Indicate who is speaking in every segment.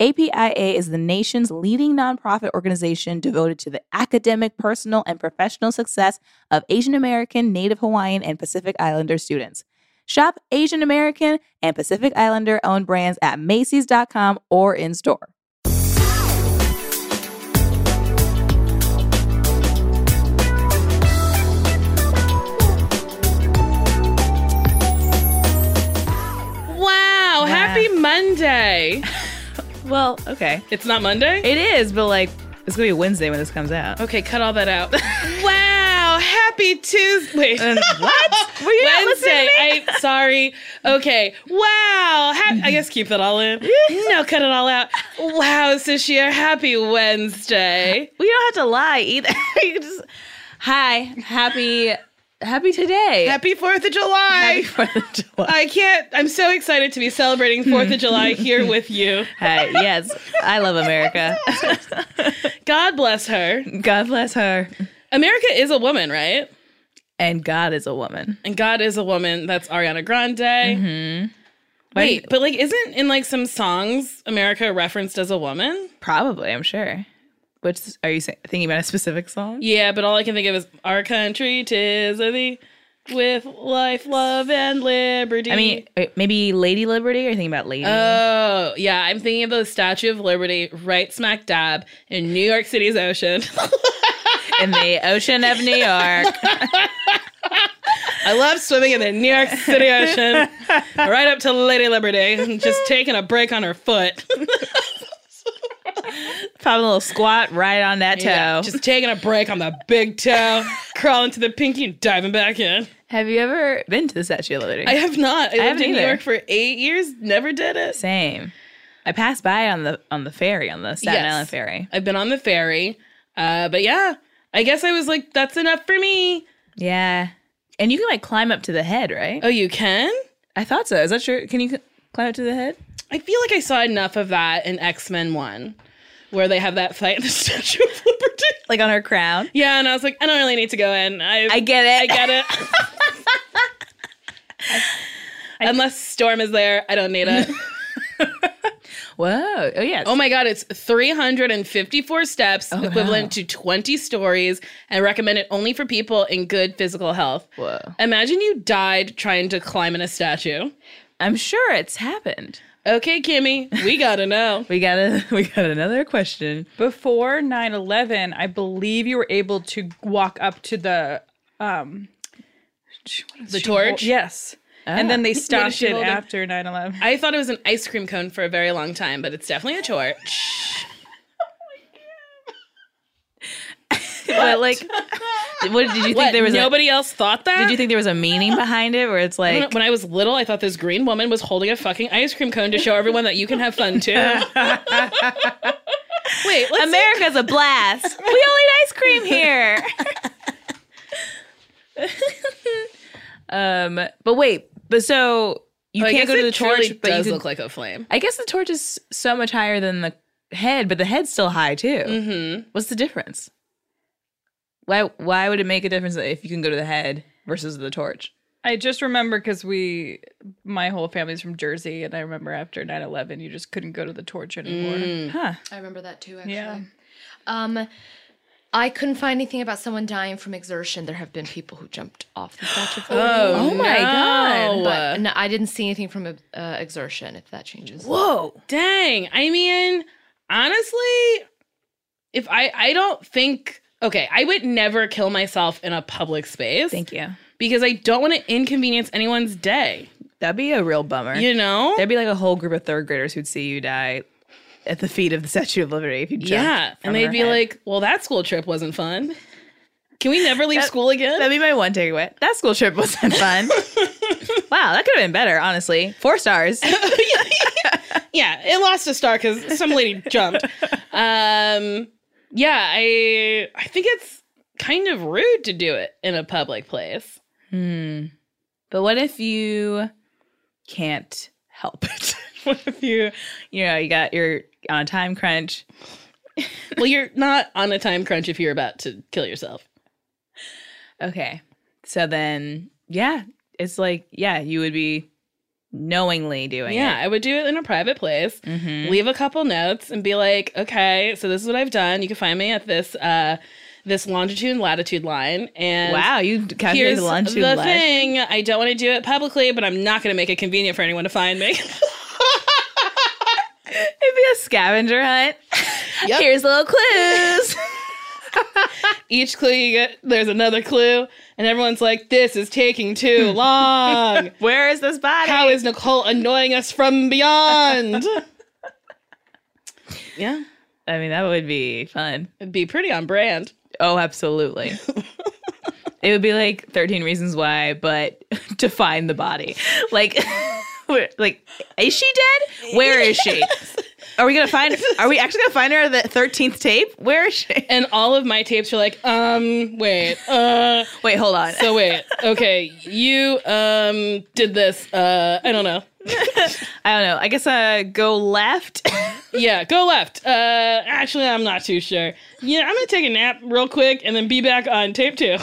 Speaker 1: APIA is the nation's leading nonprofit organization devoted to the academic, personal, and professional success of Asian American, Native Hawaiian, and Pacific Islander students. Shop Asian American and Pacific Islander owned brands at Macy's.com or in store.
Speaker 2: Wow, happy Monday.
Speaker 1: Well, okay.
Speaker 2: It's not Monday?
Speaker 1: It is, but like, it's gonna be Wednesday when this comes out.
Speaker 2: Okay, cut all that out. Uh, wow, happy Tuesday. Wait.
Speaker 1: And what? Were you not listening
Speaker 2: Wednesday.
Speaker 1: to me?
Speaker 2: I sorry. Okay. Wow. Hap- I guess keep that all in. no, cut it all out. Wow, Sashir, happy Wednesday.
Speaker 1: We don't have to lie either. you just, hi, happy, happy today.
Speaker 2: Happy 4th of
Speaker 1: Happy
Speaker 2: July.
Speaker 1: Fourth of July.
Speaker 2: I can't. I'm so excited to be celebrating 4th of July here with you.
Speaker 1: Hi, yes, I love America.
Speaker 2: God bless her.
Speaker 1: God bless her.
Speaker 2: America is a woman, right?
Speaker 1: And God is a woman.
Speaker 2: And God is a woman. That's Ariana Grande.
Speaker 1: Why do
Speaker 2: Mm-hmm. Wait,
Speaker 1: you-
Speaker 2: but like, isn't in like some songs America referenced as a woman?
Speaker 1: probably, I'm sure. Which are you saying, thinking about a specific song?
Speaker 2: Yeah, but all I can think of is our country, tis of thee, with life, love, and liberty.
Speaker 1: I mean, wait, maybe Uh, Lady Liberty. Or you thinking about Lady?
Speaker 2: oh yeah, I'm thinking of the Statue of Liberty, right smack dab in New York City's ocean.
Speaker 1: in the ocean of New York.
Speaker 2: I love swimming in the New York City ocean, right up to Lady Liberty, just taking a break on her foot.
Speaker 1: Probably a little squat right on that toe.
Speaker 2: Yeah, just taking a break on the big toe, crawling to the pinky and diving back in.
Speaker 1: Have you ever been to the Statue of Liberty?
Speaker 2: I have not. I, lived
Speaker 1: haven't
Speaker 2: in New
Speaker 1: either.
Speaker 2: York for eight years, never did it.
Speaker 1: Same. I passed by on the on the ferry on the Staten
Speaker 2: Yes.
Speaker 1: Island ferry.
Speaker 2: I've been on the ferry. Uh, but yeah, I guess I was like, that's enough for me.
Speaker 1: Yeah, and you can like climb up to the head, right?
Speaker 2: Oh, you can?
Speaker 1: I thought so. Is that true? Can you c- climb up to the head?
Speaker 2: I feel like I saw enough of that in X Men 1, where they have that fight in the Statue of Liberty.
Speaker 1: Like on her crown?
Speaker 2: Yeah, and I was like, I don't really need to go in. I,
Speaker 1: I get it.
Speaker 2: I get it. Unless Storm is there, I don't need it.
Speaker 1: Whoa. Oh yeah.
Speaker 2: Oh my God, it's 354 steps,
Speaker 1: Oh,
Speaker 2: equivalent to 20 stories, and recommended only for people in good physical health.
Speaker 1: Whoa.
Speaker 2: Imagine you died trying to climb in a statue.
Speaker 1: I'm sure it's happened.
Speaker 2: Okay, Kimmy, we gotta know.
Speaker 1: We got a we got another question.
Speaker 3: Before 9 11, I believe you were able to walk up to the. Um, sh- what is
Speaker 2: The
Speaker 3: she
Speaker 2: torch?
Speaker 3: hol- Yes. And then they
Speaker 1: Ah.
Speaker 3: stopped
Speaker 2: she
Speaker 3: it
Speaker 2: holding?
Speaker 3: after 9 11.
Speaker 2: I thought it was an ice cream cone for a very long time, but it's definitely a torch.
Speaker 1: But like, what did you think
Speaker 2: What?
Speaker 1: there was?
Speaker 2: Nobody else thought that?
Speaker 1: a, did you think there was a meaning behind it, where it's like,
Speaker 2: when I was little, I thought this green woman was holding a fucking ice cream cone to show everyone that you can have fun too. Wait, let's
Speaker 1: America's a blast. we all eat ice cream here. um, but wait, but so you
Speaker 2: I
Speaker 1: can't
Speaker 2: guess
Speaker 1: go to the
Speaker 2: it truly
Speaker 1: torch, but you
Speaker 2: does
Speaker 1: could,
Speaker 2: look like a flame.
Speaker 1: I guess the torch is so much higher than the head, but the head's still high too. Mm-hmm. What's the difference? Why why would it make a difference if you can go to the head versus the torch?
Speaker 3: I just remember because we, my whole family's from Jersey, and I remember after 9 11,
Speaker 1: Mm.
Speaker 3: you just couldn't go to the torch anymore.
Speaker 1: Huh.
Speaker 4: I remember that too, actually.
Speaker 3: Yeah.
Speaker 4: Um, I couldn't find anything about someone dying from exertion. There have been people who jumped off the statue. of
Speaker 5: Oh, Oh
Speaker 4: Liberty.
Speaker 5: my no. God.
Speaker 4: But no, I didn't see anything from uh, exertion. If that changes,
Speaker 2: Oh.
Speaker 5: Whoa.
Speaker 2: Dang. I mean, honestly, if I I don't think okay, I would never kill myself in a public space
Speaker 1: Thank you.
Speaker 2: because I don't want to inconvenience anyone's day.
Speaker 1: That'd be a real bummer.
Speaker 2: You know?
Speaker 1: There'd be like a whole group of third graders who'd see you die at the feet of the Statue of Liberty if you jumped.
Speaker 2: yeah.
Speaker 1: from
Speaker 2: And they'd
Speaker 1: her
Speaker 2: be
Speaker 1: head.
Speaker 2: like, "Well, that school trip wasn't fun. Can we never leave
Speaker 1: That-
Speaker 2: school again?"
Speaker 1: That'd be my one takeaway. That school trip wasn't fun. wow, that could have been better, honestly. Four stars.
Speaker 2: yeah, it lost a star because some lady jumped. Um, yeah, I I think it's kind of rude to do it in a public place.
Speaker 1: hmm. But what if you can't help it? what if you, you know, you got your on a time crunch?
Speaker 2: Well, you're not on a time crunch if you're about to kill yourself.
Speaker 1: Okay. So then, yeah, it's like, yeah, you would be knowingly doing
Speaker 2: yeah, I would do it in a private place.
Speaker 1: it. Mm-hmm.
Speaker 2: Leave a couple notes and be like, okay, so this is what I've done. You can find me at this uh this longitude and latitude line. And
Speaker 1: Wow, you calculated
Speaker 2: Here's
Speaker 1: the lunch
Speaker 2: the thing. I don't want to do it publicly, but I'm not going to make it convenient for anyone to find me.
Speaker 1: It'd be a scavenger hunt.
Speaker 2: Yep.
Speaker 1: Here's little clues.
Speaker 2: each clue you get, there's another clue, and everyone's like, "This is taking too long.
Speaker 1: Where is this body?
Speaker 2: How is Nicole annoying us from beyond?" yeah,
Speaker 1: I mean, that would be fun.
Speaker 2: it'd be pretty on brand.
Speaker 1: Oh, absolutely. it would be like 13 reasons why, but to find the body. Like where- like is she dead? Where is she? Are we going to find Are we actually going to find her at the 13th tape? Where is she?
Speaker 2: And all of my tapes are like, um, wait, uh,
Speaker 1: Wait, hold on.
Speaker 2: so wait, okay, you um did this, uh, I don't know.
Speaker 1: I don't know. I guess uh go left.
Speaker 2: Yeah, go left. Uh, actually, I'm not too sure. Yeah, I'm gonna take a nap real quick and then be back on tape two.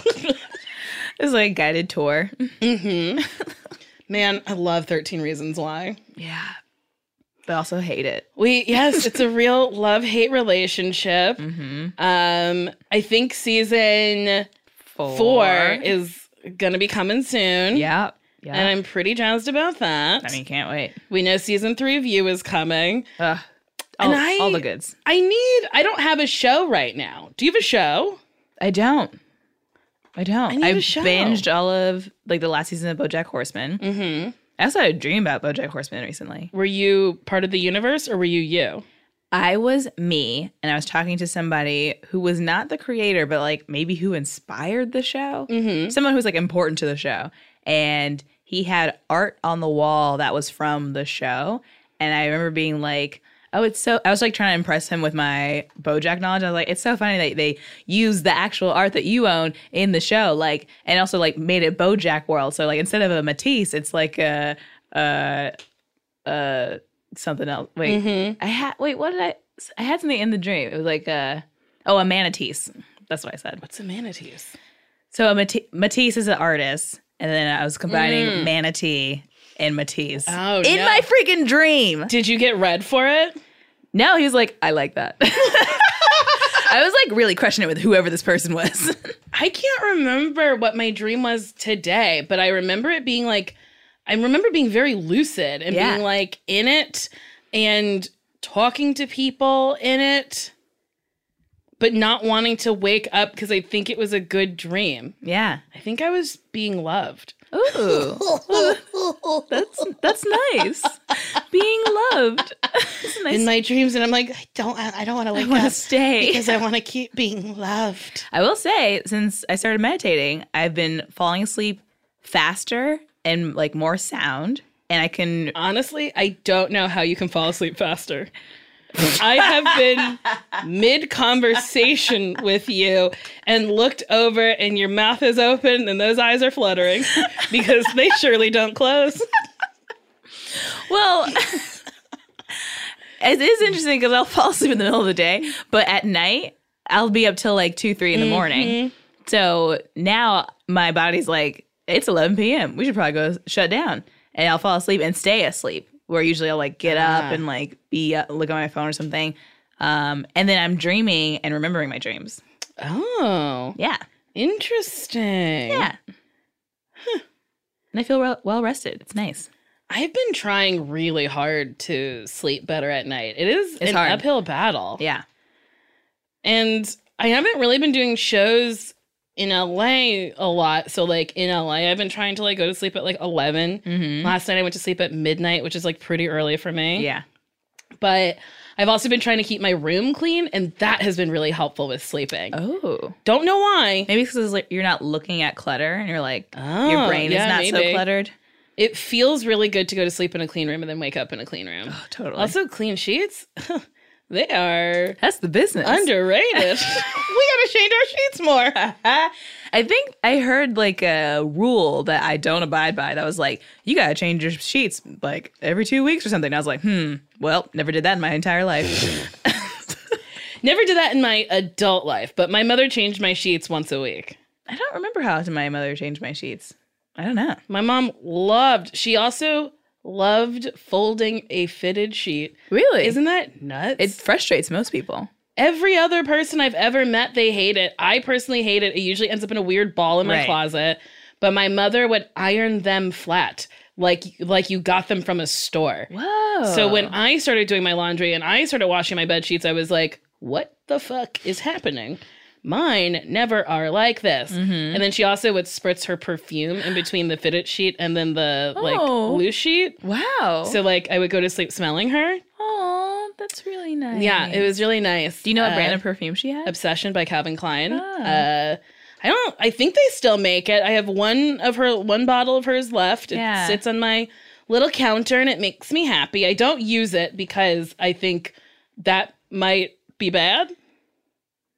Speaker 1: it's like a guided tour.
Speaker 2: Man, I love 13 Reasons Why.
Speaker 1: Yeah. But also hate it.
Speaker 2: We yes, it's a real love hate relationship.
Speaker 1: Mhm.
Speaker 2: Um, I think season
Speaker 1: Four.
Speaker 2: four is gonna be coming soon.
Speaker 1: Yeah. Yeah.
Speaker 2: and I'm pretty jazzed about that.
Speaker 1: I mean, can't wait.
Speaker 2: we know season three of You is coming.
Speaker 1: Ugh. All,
Speaker 2: And I-
Speaker 1: all the goods.
Speaker 2: I need. I don't have a show right now. Do you have a show?
Speaker 1: I don't. I don't.
Speaker 2: I need
Speaker 1: have
Speaker 2: a show.
Speaker 1: binged all of like the last season of BoJack Horseman.
Speaker 2: Mm-hmm.
Speaker 1: I also had a dream about BoJack Horseman recently.
Speaker 2: Were you part of the universe or were you you?
Speaker 1: I was me, and I was talking to somebody who was not the creator, but like maybe who inspired the show.
Speaker 2: Mm-hmm.
Speaker 1: Someone who was like important to the show, and he had art on the wall that was from the show. And I remember being like, "Oh, it's so." I was like trying to impress him with my BoJack knowledge. I was like, "It's so funny that they use the actual art that you own in the show, like, and also like made it BoJack world. So like instead of a Matisse, it's like a uh uh something else. Wait,
Speaker 2: Mm-hmm.
Speaker 1: I had wait, what did I? I had something in the dream. It was like a oh, a manatees. That's what I said.
Speaker 2: What's a manatees?
Speaker 1: So a Mati- Matisse is an artist, and then I was combining manatee and Matisse
Speaker 2: Mm. Oh,
Speaker 1: in
Speaker 2: no.
Speaker 1: my freaking dream.
Speaker 2: Did you get read for it?
Speaker 1: No, he was like, I like that. I was like really crushing it with whoever this person was.
Speaker 2: I can't remember what my dream was today, but I remember it being like, I remember being very lucid and
Speaker 1: Yeah.
Speaker 2: being like in it and talking to people in it, but not wanting to wake up because I think it was a good dream.
Speaker 1: yeah.
Speaker 2: I think I was being loved.
Speaker 1: Ooh. that's that's nice. Being loved. It's nice.
Speaker 2: In my dreams, and I'm like, I don't, Oh, I don't want
Speaker 1: I
Speaker 2: to wake
Speaker 1: want to
Speaker 2: up
Speaker 1: stay.
Speaker 2: because I want to keep being loved.
Speaker 1: I will say, since I started meditating, I've been falling asleep faster and like more sound, and I can.
Speaker 2: Uh. Honestly, I don't know how you can fall asleep faster. I have been mid conversation with you and looked over, and your mouth is open and those eyes are fluttering because they surely don't close.
Speaker 1: Well, it is interesting because I'll fall asleep in the middle of the day, but at night I'll be up till like two, three in the morning. So now my body's like, it's 11 p.m. We should probably go shut down, and I'll fall asleep and stay asleep. Where usually I'll like uh, get up and like be up, look at my phone or something, um, and then I'm dreaming and remembering my dreams.
Speaker 2: Oh,
Speaker 1: Yeah.
Speaker 2: interesting.
Speaker 1: Yeah. And I feel well, well rested. It's nice.
Speaker 2: I've been trying really hard to sleep better at night. It is an
Speaker 1: hard.
Speaker 2: uphill battle.
Speaker 1: Yeah.
Speaker 2: And I haven't really been doing shows in LA a lot. So like in LA, I've been trying to like go to sleep at like 11.
Speaker 1: Mm-hmm.
Speaker 2: Last night I went to sleep at midnight, which is like pretty early for me.
Speaker 1: Yeah.
Speaker 2: But I've also been trying to keep my room clean and that has been really helpful with sleeping.
Speaker 1: Oh.
Speaker 2: Don't know why.
Speaker 1: Maybe because like you're not looking at clutter and you're like, your
Speaker 2: Oh,
Speaker 1: brain
Speaker 2: yeah,
Speaker 1: is not so
Speaker 2: maybe.
Speaker 1: cluttered.
Speaker 2: It feels really good to go to sleep in a clean room and then wake up in a clean room.
Speaker 1: Oh, totally.
Speaker 2: Also, clean sheets. they are
Speaker 1: That's the business.
Speaker 2: underrated. we gotta change our sheets more.
Speaker 1: I think I heard like a rule that I don't abide by that was like, you gotta change your sheets like every two weeks or something. I was like, hmm, well, never did that in my entire life.
Speaker 2: Never did that in my adult life, but my mother changed my sheets once a week.
Speaker 1: I don't remember how often my mother changed my sheets. I don't know.
Speaker 2: My mom loved, she also loved folding a fitted sheet.
Speaker 1: Really?
Speaker 2: Isn't that nuts?
Speaker 1: it frustrates most people.
Speaker 2: Every other person I've ever met, they hate it. I personally hate it. It usually ends up in a weird ball in my
Speaker 1: Right.
Speaker 2: closet. But my mother would iron them flat, like like you got them from a store.
Speaker 1: Whoa.
Speaker 2: So when I started doing my laundry and I started washing my bed sheets, I was like, "What the fuck is happening?" Mine never are like this.
Speaker 1: Mm-hmm.
Speaker 2: And then she also would spritz her perfume in between the fitted sheet and then the like
Speaker 1: Oh.
Speaker 2: loose sheet.
Speaker 1: Wow.
Speaker 2: So like I would go to sleep smelling her.
Speaker 1: Aw, that's really nice.
Speaker 2: Yeah, it was really nice.
Speaker 1: Do you know what
Speaker 2: Uh,
Speaker 1: brand of perfume she had?
Speaker 2: Obsession by Calvin Klein.
Speaker 1: Ah.
Speaker 2: Uh, I don't. I think they still make it. I have one of her, one bottle of hers left. It
Speaker 1: Yeah.
Speaker 2: sits on my little counter, and it makes me happy. I don't use it because I think that might be bad.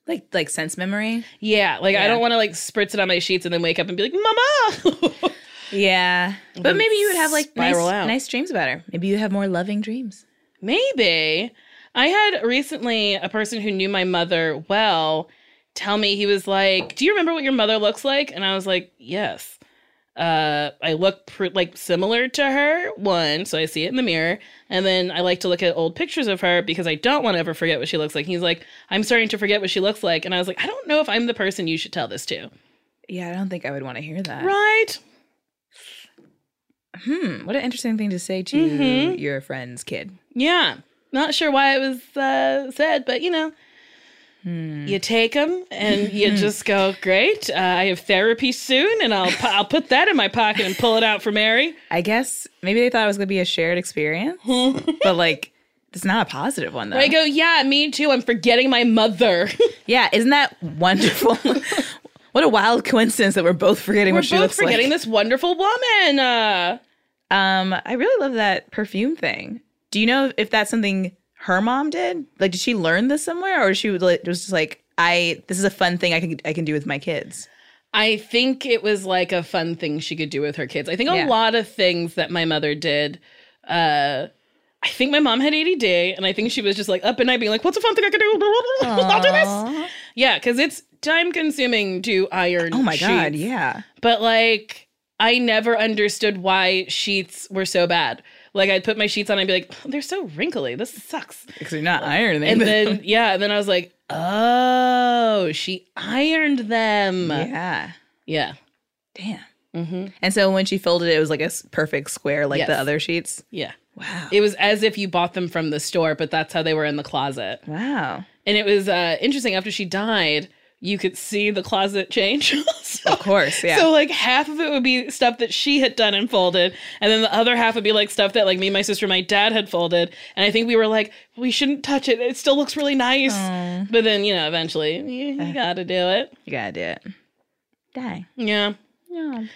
Speaker 1: like like sense memory.
Speaker 2: Yeah, like
Speaker 1: Yeah.
Speaker 2: I don't want to like spritz it on my sheets and then wake up and be like, "Mama."
Speaker 1: Yeah. But
Speaker 2: then
Speaker 1: maybe you would have like nice,
Speaker 2: spiral out.
Speaker 1: nice dreams about her. Maybe you have more loving dreams.
Speaker 2: Maybe. I had recently a person who knew my mother well tell me he was like, "Do you remember what your mother looks like?" And I was like, "Yes." Uh, I look pr- like similar to her one, so I see it in the mirror, and then I like to look at old pictures of her because I don't want to ever forget what she looks like. He's like, "I'm starting to forget what she looks like," and I was like, "I don't know if I'm the person you should tell this to."
Speaker 1: Yeah, I don't think I would want to hear that.
Speaker 2: Right?
Speaker 1: Hmm. What an interesting thing to say to
Speaker 2: Mhm.
Speaker 1: your friend's kid.
Speaker 2: Yeah. Not sure why it was uh, said, but you know,
Speaker 1: Hmm,
Speaker 2: you take them and you
Speaker 1: Mm-hmm.
Speaker 2: just go, great. Uh, I have therapy soon, and I'll pu- I'll put that in my pocket and pull it out for Mary.
Speaker 1: I guess maybe they thought it was going to be a shared experience, but like it's not a positive one though.
Speaker 2: I go, yeah, me too. I'm forgetting my mother.
Speaker 1: yeah, isn't that wonderful? what a wild coincidence that we're both forgetting
Speaker 2: We're
Speaker 1: what she
Speaker 2: both
Speaker 1: looks
Speaker 2: forgetting
Speaker 1: like.
Speaker 2: this wonderful woman. Uh,
Speaker 1: Um, I really love that perfume thing. Do you know if that's something her mom did? Like, did she learn this somewhere, or she was like- was just like, I this is a fun thing I can I can do with my kids.
Speaker 2: I think it was like a fun thing she could do with her kids. I think
Speaker 1: Yeah.
Speaker 2: a lot of things that my mother did. Uh, I think my mom had ADD, and I think she was just like up at night being like, "What's a fun thing I could do? I'll do this." Yeah, because it's time consuming to iron.
Speaker 1: Oh my god,
Speaker 2: sheets.
Speaker 1: yeah.
Speaker 2: But like, I never understood why sheets were so bad. Like, I'd put my sheets on, I'd be like, "Oh, "They're so wrinkly. This sucks."
Speaker 1: Because you're not ironing.
Speaker 2: And then yeah, and then I was like, "Oh, she ironed them."
Speaker 1: yeah, Mm-hmm.
Speaker 2: Yeah.
Speaker 1: damn.
Speaker 2: hmm
Speaker 1: And so when she folded it, it was like a s- perfect square, like the
Speaker 2: Yes.
Speaker 1: other sheets.
Speaker 2: Yeah.
Speaker 1: Wow.
Speaker 2: It was as if you bought them from the store, but that's how they were in the closet.
Speaker 1: wow.
Speaker 2: And it was uh, interesting. After she died, you could see the closet change. so,
Speaker 1: Of course, yeah.
Speaker 2: so, like, half of it would be stuff that she had done and folded. And then the other half would be like stuff that, like, me, my sister, my dad had folded. And I think we were like, we shouldn't touch it. It still looks really nice.
Speaker 1: Aw.
Speaker 2: But then, you know, eventually you, you got to do it.
Speaker 1: you gotta do it. Die.
Speaker 2: Yeah.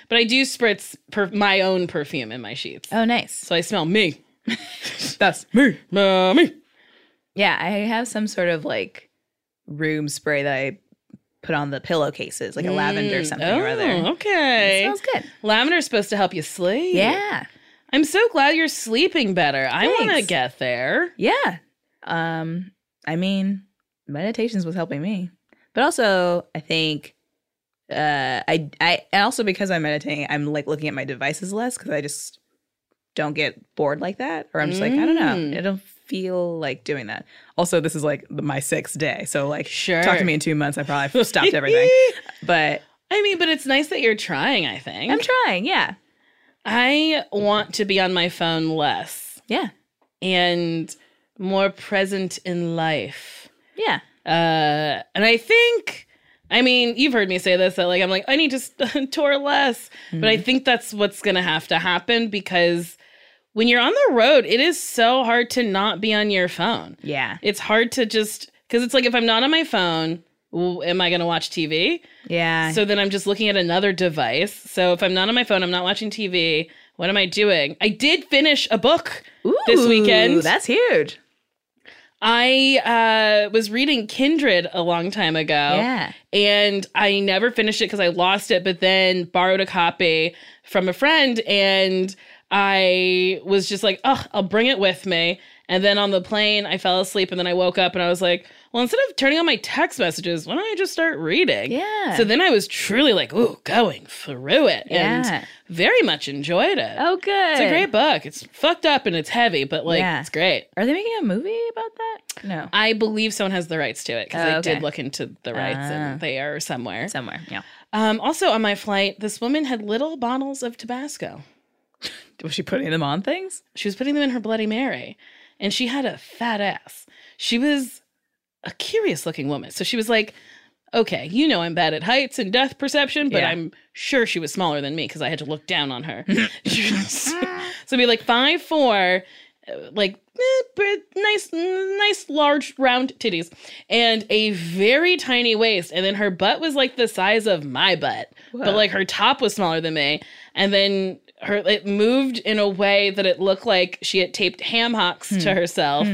Speaker 2: But I do spritz per- my own perfume in my sheets.
Speaker 1: Oh, nice.
Speaker 2: So I smell me.
Speaker 1: That's
Speaker 2: Me. Uh, me.
Speaker 1: Yeah, I have some sort of like room spray that I put on the pillowcases, like a lavender
Speaker 2: Mm.
Speaker 1: something
Speaker 2: oh,
Speaker 1: or other. It
Speaker 2: Okay.
Speaker 1: smells good.
Speaker 2: Lavender's supposed to help you sleep.
Speaker 1: Yeah.
Speaker 2: I'm so glad you're sleeping better. I want to
Speaker 1: Thanks.
Speaker 2: get there.
Speaker 1: Yeah. Um, I mean, meditations was helping me. But also I think uh I I and also because I'm meditating, I'm like looking at my devices less because I just don't get bored like that. Or I'm just like, I don't know.
Speaker 2: Mm.
Speaker 1: I don't feel like doing that. Also, this is like the- my sixth day, so like,
Speaker 2: Sure.
Speaker 1: talk to me in two months. I probably stopped everything, but
Speaker 2: I mean, but it's nice that you're trying, I think.
Speaker 1: I'm trying. Yeah,
Speaker 2: I want to be on my phone less
Speaker 1: yeah,
Speaker 2: and more present in life.
Speaker 1: yeah.
Speaker 2: Uh, and I think, I mean, you've heard me say this that like I'm like I need to s- tour less, but
Speaker 1: Hmm.
Speaker 2: I think that's what's gonna have to happen because when you're on the road, it is so hard to not be on your phone.
Speaker 1: Yeah.
Speaker 2: It's hard to just because it's like if I'm not on my phone, w- am I gonna watch TV?
Speaker 1: Yeah.
Speaker 2: So then I'm just looking at another device. So if I'm not on my phone, I'm not watching TV. What am I doing? I did finish a book this
Speaker 1: Ooh,
Speaker 2: weekend.
Speaker 1: That's huge.
Speaker 2: I uh, was reading Kindred a long time ago.
Speaker 1: Yeah.
Speaker 2: And I never finished it because I lost it, but then borrowed a copy from a friend. And I was just like, oh, I'll bring it with me. And then on the plane, I fell asleep. And then I woke up and I was like, well, instead of turning on my text messages, why don't I just start reading?
Speaker 1: Yeah.
Speaker 2: So then I was truly like, ooh, going through it.
Speaker 1: Yeah.
Speaker 2: And very much enjoyed it.
Speaker 1: oh, good.
Speaker 2: It's a great book. It's fucked up and it's heavy, but like,
Speaker 1: Yeah.
Speaker 2: it's great.
Speaker 1: Are they making a movie about that? No.
Speaker 2: I believe someone has the rights to it because
Speaker 1: Oh,
Speaker 2: I
Speaker 1: okay.
Speaker 2: did look into the rights
Speaker 1: Ah.
Speaker 2: and they are somewhere.
Speaker 1: Somewhere. Yeah.
Speaker 2: Um, also, on my flight, this woman had little bottles of Tabasco.
Speaker 1: Was she putting them on things?
Speaker 2: She was putting them in her Bloody Mary and she had a fat ass. She was a curious looking woman. So she was like, okay, you know I'm bad at heights and depth perception, but
Speaker 1: Yeah.
Speaker 2: I'm sure she was smaller than me because I had to look down on her. She was- so be like five four, like eh, br- nice, nice large round titties, and a very tiny waist, and then her butt was like the size of my butt,
Speaker 1: Whoa.
Speaker 2: but like her top was smaller than me, and then. Her it moved in a way that it looked like she had taped ham hocks to herself,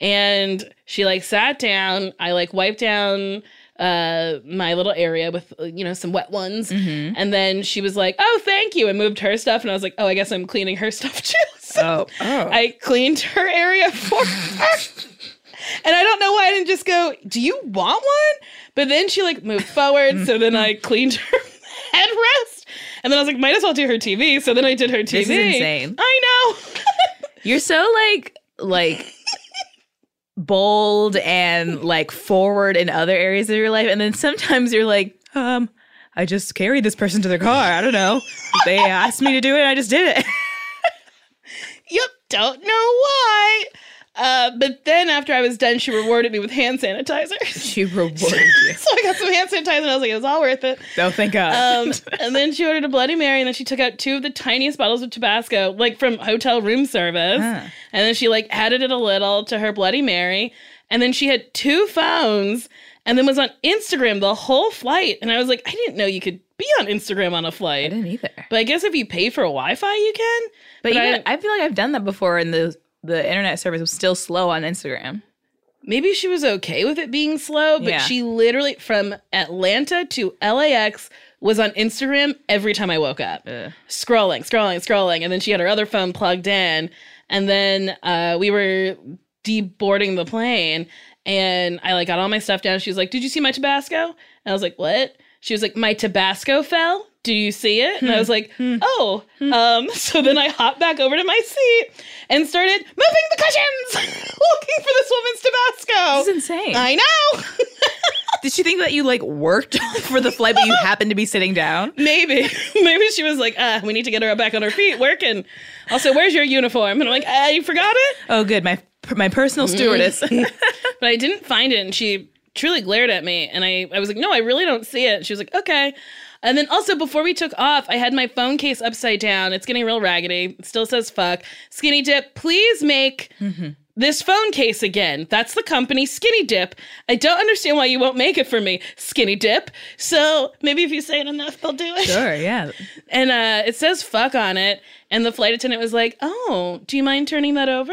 Speaker 2: and she like sat down i like wiped down uh my little area with uh, you know some wet ones
Speaker 1: Mm-hmm.
Speaker 2: and then she was like oh thank you and moved her stuff and i was like oh i guess i'm cleaning her stuff too so
Speaker 1: Oh. Oh.
Speaker 2: i cleaned her area for her and i don't know why i didn't just go do you want one but then she like moved forward so then i cleaned her headrest and then i was like might as well do her tv so then i did her tv
Speaker 1: This is insane.
Speaker 2: i know
Speaker 1: You're so like like bold and like forward in other areas of your life, and then sometimes you're like, um, I just carried this person to their car. I don't know. They asked me to do it, and I just did it.
Speaker 2: Yep, don't know why. Uh, but then after I was done, she rewarded me with hand sanitizer.
Speaker 1: She rewarded you.
Speaker 2: so I got some hand sanitizer and I was like, it was all worth it.
Speaker 1: Oh, thank God.
Speaker 2: Um, and then she ordered a Bloody Mary and then she took out two of the tiniest bottles of Tabasco, like from hotel room service.
Speaker 1: Huh.
Speaker 2: And then she like added it a little to her Bloody Mary. And then she had two phones and then was on Instagram the whole flight. And I was like, I didn't know you could be on Instagram on a
Speaker 1: I
Speaker 2: flight.
Speaker 1: didn't either.
Speaker 2: But I guess if you pay for Wi Fi, you can.
Speaker 1: But,
Speaker 2: But
Speaker 1: even, I, feel like I've done that before, and the the internet service was still slow on Instagram.
Speaker 2: maybe she was okay with it being slow, but
Speaker 1: Yeah.
Speaker 2: she literally from Atlanta to LAX was on Instagram every time I woke up,
Speaker 1: Ugh.
Speaker 2: scrolling, scrolling, scrolling, and then she had her other phone plugged in, and then uh, we were deboarding the plane, and I like got all my stuff down. She was like, "Did you see my Tabasco?" And I was like, "What?" She was like, "My Tabasco fell." Do you see it? And I was
Speaker 1: Hmm.
Speaker 2: like, oh. Um, so then I hopped back over to my seat and started moving the cushions, looking for this woman's Tabasco.
Speaker 1: This is insane.
Speaker 2: I know.
Speaker 1: Did she think that you like worked for the flight, but you happened to be sitting down?
Speaker 2: Maybe. Maybe she was like, ah, we need to get her back on her feet working. Also, where's your uniform? And I'm like, ah, you forgot it?
Speaker 1: Oh, good. My my personal stewardess.
Speaker 2: But I didn't find it. And she truly glared at me. And I, I was like, no, I really don't see it. She was like, okay. And then also, before we took off, I had my phone case upside down. It's getting real raggedy. It still says fuck. Skinny Dip, please make. This phone case again. That's the company Skinny Dip. I don't understand why you won't make it for me, Skinny Dip. So maybe if you say it enough, they'll do it.
Speaker 1: sure. Yeah.
Speaker 2: And uh, it says fuck on it. And the flight attendant was like, Oh, do you mind turning that over?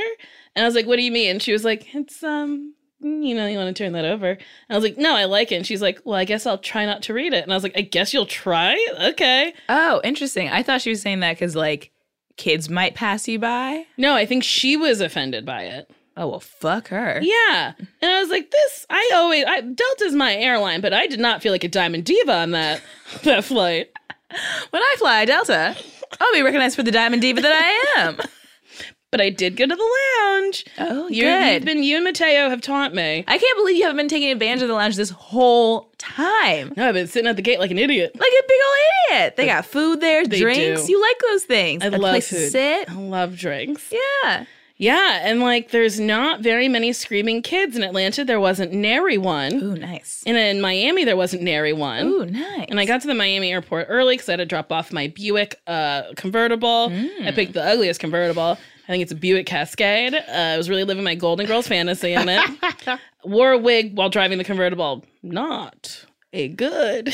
Speaker 2: And I was like, What do you mean? And she was like, It's, um, you know, you want to turn that over. And I was like, No, I like it. And she's like, Well, I guess I'll try not to read it. And I was like, I guess you'll try? Okay.
Speaker 1: Oh, interesting. I thought she was saying that because like kids might pass you by.
Speaker 2: No, I think she was offended by it.
Speaker 1: Oh well, fuck her.
Speaker 2: Yeah. And I was like, This, I always, I, Delta's my airline, but I did not feel like a diamond diva on that, that flight.
Speaker 1: When I fly Delta, I'll be recognized for the diamond diva that I am.
Speaker 2: but I did go to the lounge.
Speaker 1: Oh,
Speaker 2: You,
Speaker 1: good.
Speaker 2: have been you and Mateo have taunt me.
Speaker 1: I can't believe you haven't been taking advantage of the lounge this whole time.
Speaker 2: No, I've been sitting at the gate like an idiot.
Speaker 1: Like a big old idiot. They got food there,
Speaker 2: They
Speaker 1: drinks.
Speaker 2: do.
Speaker 1: You like those things.
Speaker 2: I
Speaker 1: a
Speaker 2: love
Speaker 1: place to
Speaker 2: food.
Speaker 1: sit.
Speaker 2: I love drinks.
Speaker 1: Yeah.
Speaker 2: Yeah, and like there's not very many screaming kids in Atlanta. There wasn't nary one.
Speaker 1: Ooh, nice.
Speaker 2: And in Miami there wasn't nary one.
Speaker 1: Ooh, nice.
Speaker 2: And I got to the Miami airport early because I had to drop off my Buick uh, convertible.
Speaker 1: Mm.
Speaker 2: I picked the ugliest convertible. I think it's a Buick Cascade. Uh, I was really living my Golden Girls fantasy in it. Wore a wig while driving the convertible. Not a good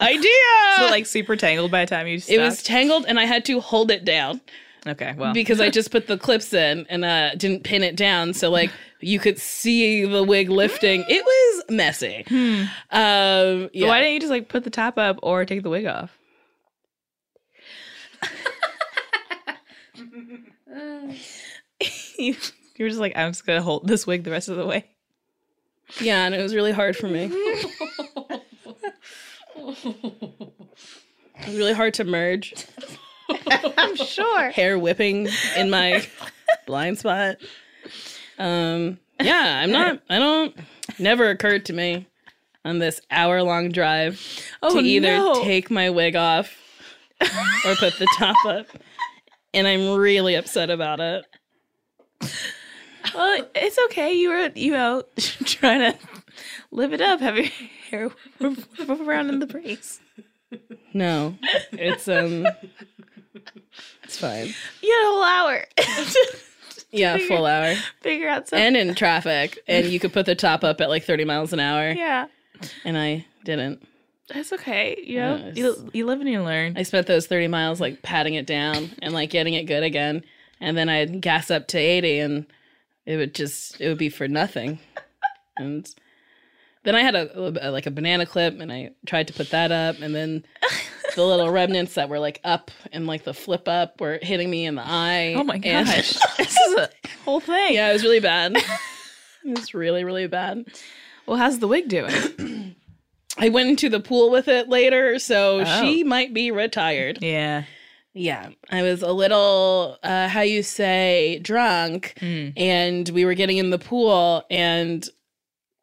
Speaker 2: idea.
Speaker 1: so like super tangled by the time you stopped.
Speaker 2: it was tangled, and I had to hold it down
Speaker 1: okay. Well,
Speaker 2: because I just put the clips in and uh, didn't pin it down. So like you could see the wig lifting. It was messy. Um, yeah.
Speaker 1: Hmm. why didn't you just like put the top up or take the wig off? you, you were just like, I'm just gonna hold this wig the rest of the way.
Speaker 2: Yeah, and it was really hard for me. it was really hard to merge
Speaker 4: I'm sure.
Speaker 2: hair whipping in my blind spot. Um, yeah, I'm not. I don't. Never occurred to me on this hour long drive
Speaker 1: Oh,
Speaker 2: to either
Speaker 1: no.
Speaker 2: take my wig off or put the top up, and I'm really upset about it.
Speaker 1: Well, it's okay. You were, you know, trying to live it up, have your hair whip around in the breeze.
Speaker 2: No, it's um, it's fine.
Speaker 1: You had a whole hour to
Speaker 2: Yeah, full hour.
Speaker 1: figure out something.
Speaker 2: and in traffic, and you could put the top up at like 30 miles an hour,
Speaker 1: yeah,
Speaker 2: and I didn't.
Speaker 1: that's okay. You know,
Speaker 2: Yes.
Speaker 1: you, you live and you learn.
Speaker 2: I spent those 30 miles like patting it down and like getting it good again, and then I'd gas up to 80, and it would just it would be for nothing. And then I had a, a- like a banana clip, and I tried to put that up, and then the little remnants that were like up and like the flip up were hitting me in the eye.
Speaker 1: oh my
Speaker 2: and-
Speaker 1: gosh, this is a whole thing.
Speaker 2: yeah, it was really bad. It was really really bad.
Speaker 1: Well, how's the wig doing?
Speaker 2: I went into the pool with it later, so
Speaker 1: Oh.
Speaker 2: she might be retired.
Speaker 1: yeah.
Speaker 2: Yeah, I was a little, uh, how you say, drunk,
Speaker 1: Mm.
Speaker 2: and we were getting in the pool, and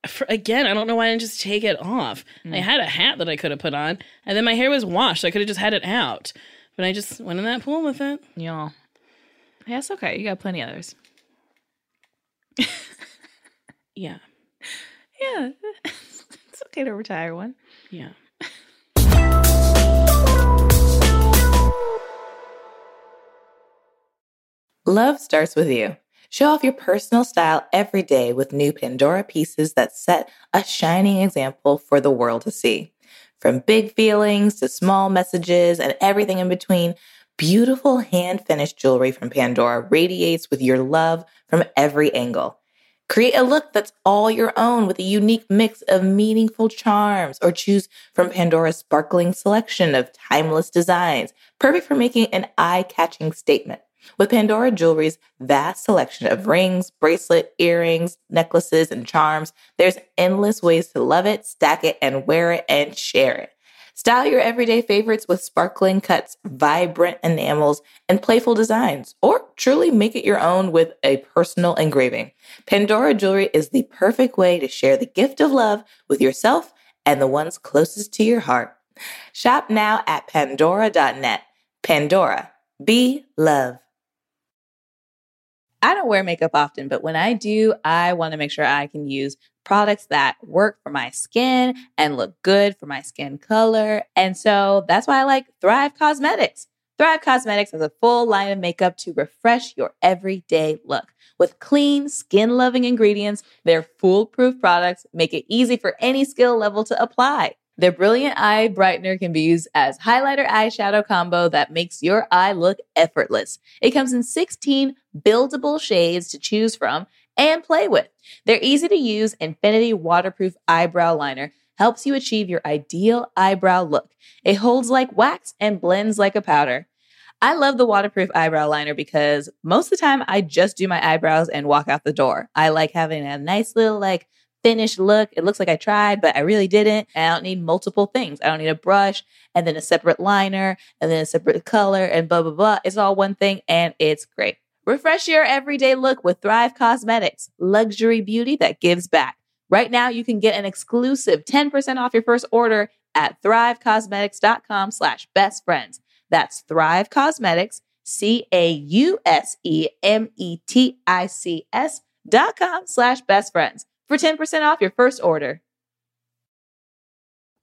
Speaker 2: for, again, I don't know why I didn't just take it off.
Speaker 1: Mm.
Speaker 2: I had a hat that I could have put on, and then my hair was washed. So I could have just had it out, but I just went in that pool with it.
Speaker 1: Yeah. Yeah, it's okay. You got plenty others.
Speaker 2: Yeah,
Speaker 1: Yeah. it's okay to retire one.
Speaker 2: yeah.
Speaker 6: Love starts with you. Show off your personal style every day with new Pandora pieces that set a shining example for the world to see. From big feelings to small messages and everything in between, beautiful hand finished jewelry from Pandora radiates with your love from every angle. Create a look that's all your own with a unique mix of meaningful charms, or choose from Pandora's sparkling selection of timeless designs, perfect for making an eye catching statement. With Pandora Jewelry's vast selection of rings, bracelet, earrings, necklaces, and charms, there's endless ways to love it, stack it, and wear it and share it. Style your everyday favorites with sparkling cuts, vibrant enamels, and playful designs, or truly make it your own with a personal engraving. Pandora Jewelry is the perfect way to share the gift of love with yourself and the ones closest to your heart. Shop now at pandora.net. Pandora, be love. I don't wear makeup often, but when I do, I want to make sure I can use products that work for my skin and look good for my skin color. And so that's why I like Thrive Cosmetics. Thrive Cosmetics has a full line of makeup to refresh your everyday look. With clean, skin loving ingredients, their foolproof products make it easy for any skill level to apply. Their brilliant eye brightener can be used as highlighter eyeshadow combo that makes your eye look effortless. It comes in 16 buildable shades to choose from and play with. Their easy to use Infinity Waterproof Eyebrow Liner helps you achieve your ideal eyebrow look. It holds like wax and blends like a powder. I love the waterproof eyebrow liner because most of the time I just do my eyebrows and walk out the door. I like having a nice little like finished look. It looks like I tried, but I really didn't. And I don't need multiple things. I don't need a brush and then a separate liner and then a separate color and blah blah blah. It's all one thing and it's great. Refresh your everyday look with Thrive Cosmetics, luxury beauty that gives back. Right now, you can get an exclusive 10% off your first order at thrivecosmetics.com slash best friends. That's Thrive Cosmetics, E C-A-U-S-E-M-E-T-I-C-S dot com slash best friends for 10% off your first order.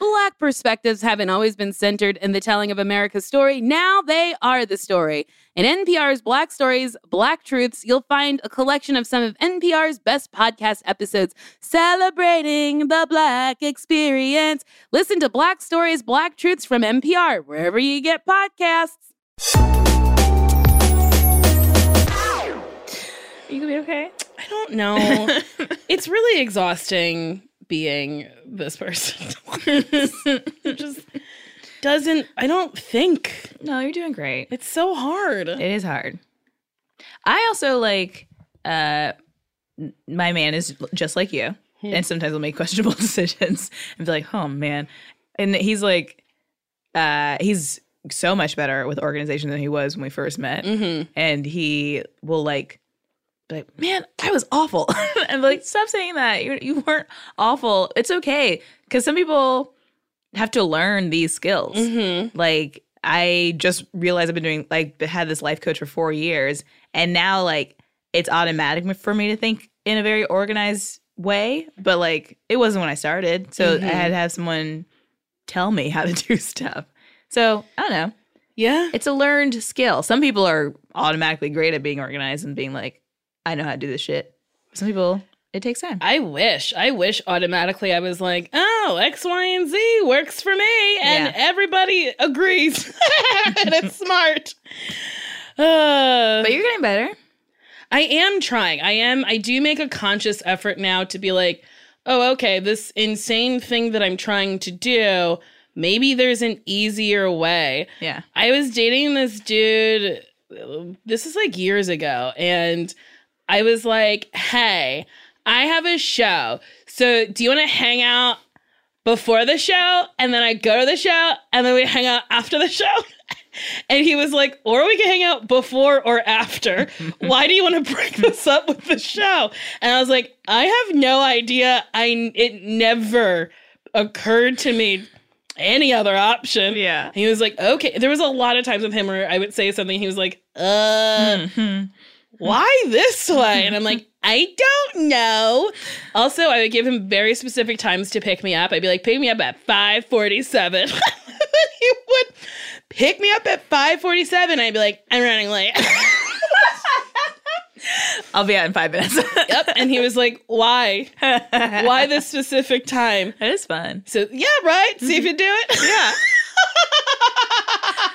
Speaker 7: Black perspectives haven't always been centered in the telling of America's story. Now they are the story. In NPR's Black Stories, Black Truths, you'll find a collection of some of NPR's best podcast episodes celebrating the Black experience. Listen to Black Stories, Black Truths from NPR, wherever you get podcasts.
Speaker 2: you gonna be okay? I don't know. it's really exhausting being this person. it just doesn't. I don't think
Speaker 1: No, you're doing great.
Speaker 2: it's so hard.
Speaker 1: It is hard. I also like uh n- my man is l- just like you.
Speaker 2: Hmm.
Speaker 1: And sometimes will make questionable decisions and be like, "Oh man." And he's like uh he's so much better with organization than he was when we first met.
Speaker 2: mm-hmm.
Speaker 1: And he will like be like, "Man, I was awful." and be like, "Stop saying that. You you weren't awful. It's okay." Cuz some people have to learn these skills
Speaker 2: Mm-hmm.
Speaker 1: like i just realized i've been doing like had this life coach for four years and now like it's automatic for me to think in a very organized way but like it wasn't when i started so i had to have someone tell me how to do stuff so i don't know
Speaker 2: Yeah.
Speaker 1: it's a learned skill some people are automatically great at being organized and being like i know how to do this shit some people it takes time
Speaker 2: I wish, I wish automatically I was like, oh, X, Y, and Z works for me, and
Speaker 1: Yeah.
Speaker 2: everybody agrees, and it's smart. Uh,
Speaker 1: but you're getting better
Speaker 2: I am trying. I am. I do make a conscious effort now to be like, oh, okay, this insane thing that I'm trying to do, maybe there's an easier way.
Speaker 1: yeah
Speaker 2: I was dating this dude, uh, this is like years ago, and I was like, hey, I have a show. So do you want to hang out before the show? And then I go to the show, and then we hang out after the show? And he was like, or we can hang out before or after. Why do you want to break this up with the show? And I was like, I have no idea. I it never occurred to me any other option.
Speaker 1: yeah
Speaker 2: He was like, okay. There was a lot of times with him where I would say something. He was like, uh, why this way? And I'm like, I don't know. Also, I would give him very specific times to pick me up. I'd be like, pick me up at 547. he would pick me up at 547. I'd be like, I'm running late.
Speaker 1: i'll be out in five minutes
Speaker 2: yep. And he was like, why? Why this specific time?
Speaker 1: that is fun
Speaker 2: So, yeah, right. See if you do it. Yeah.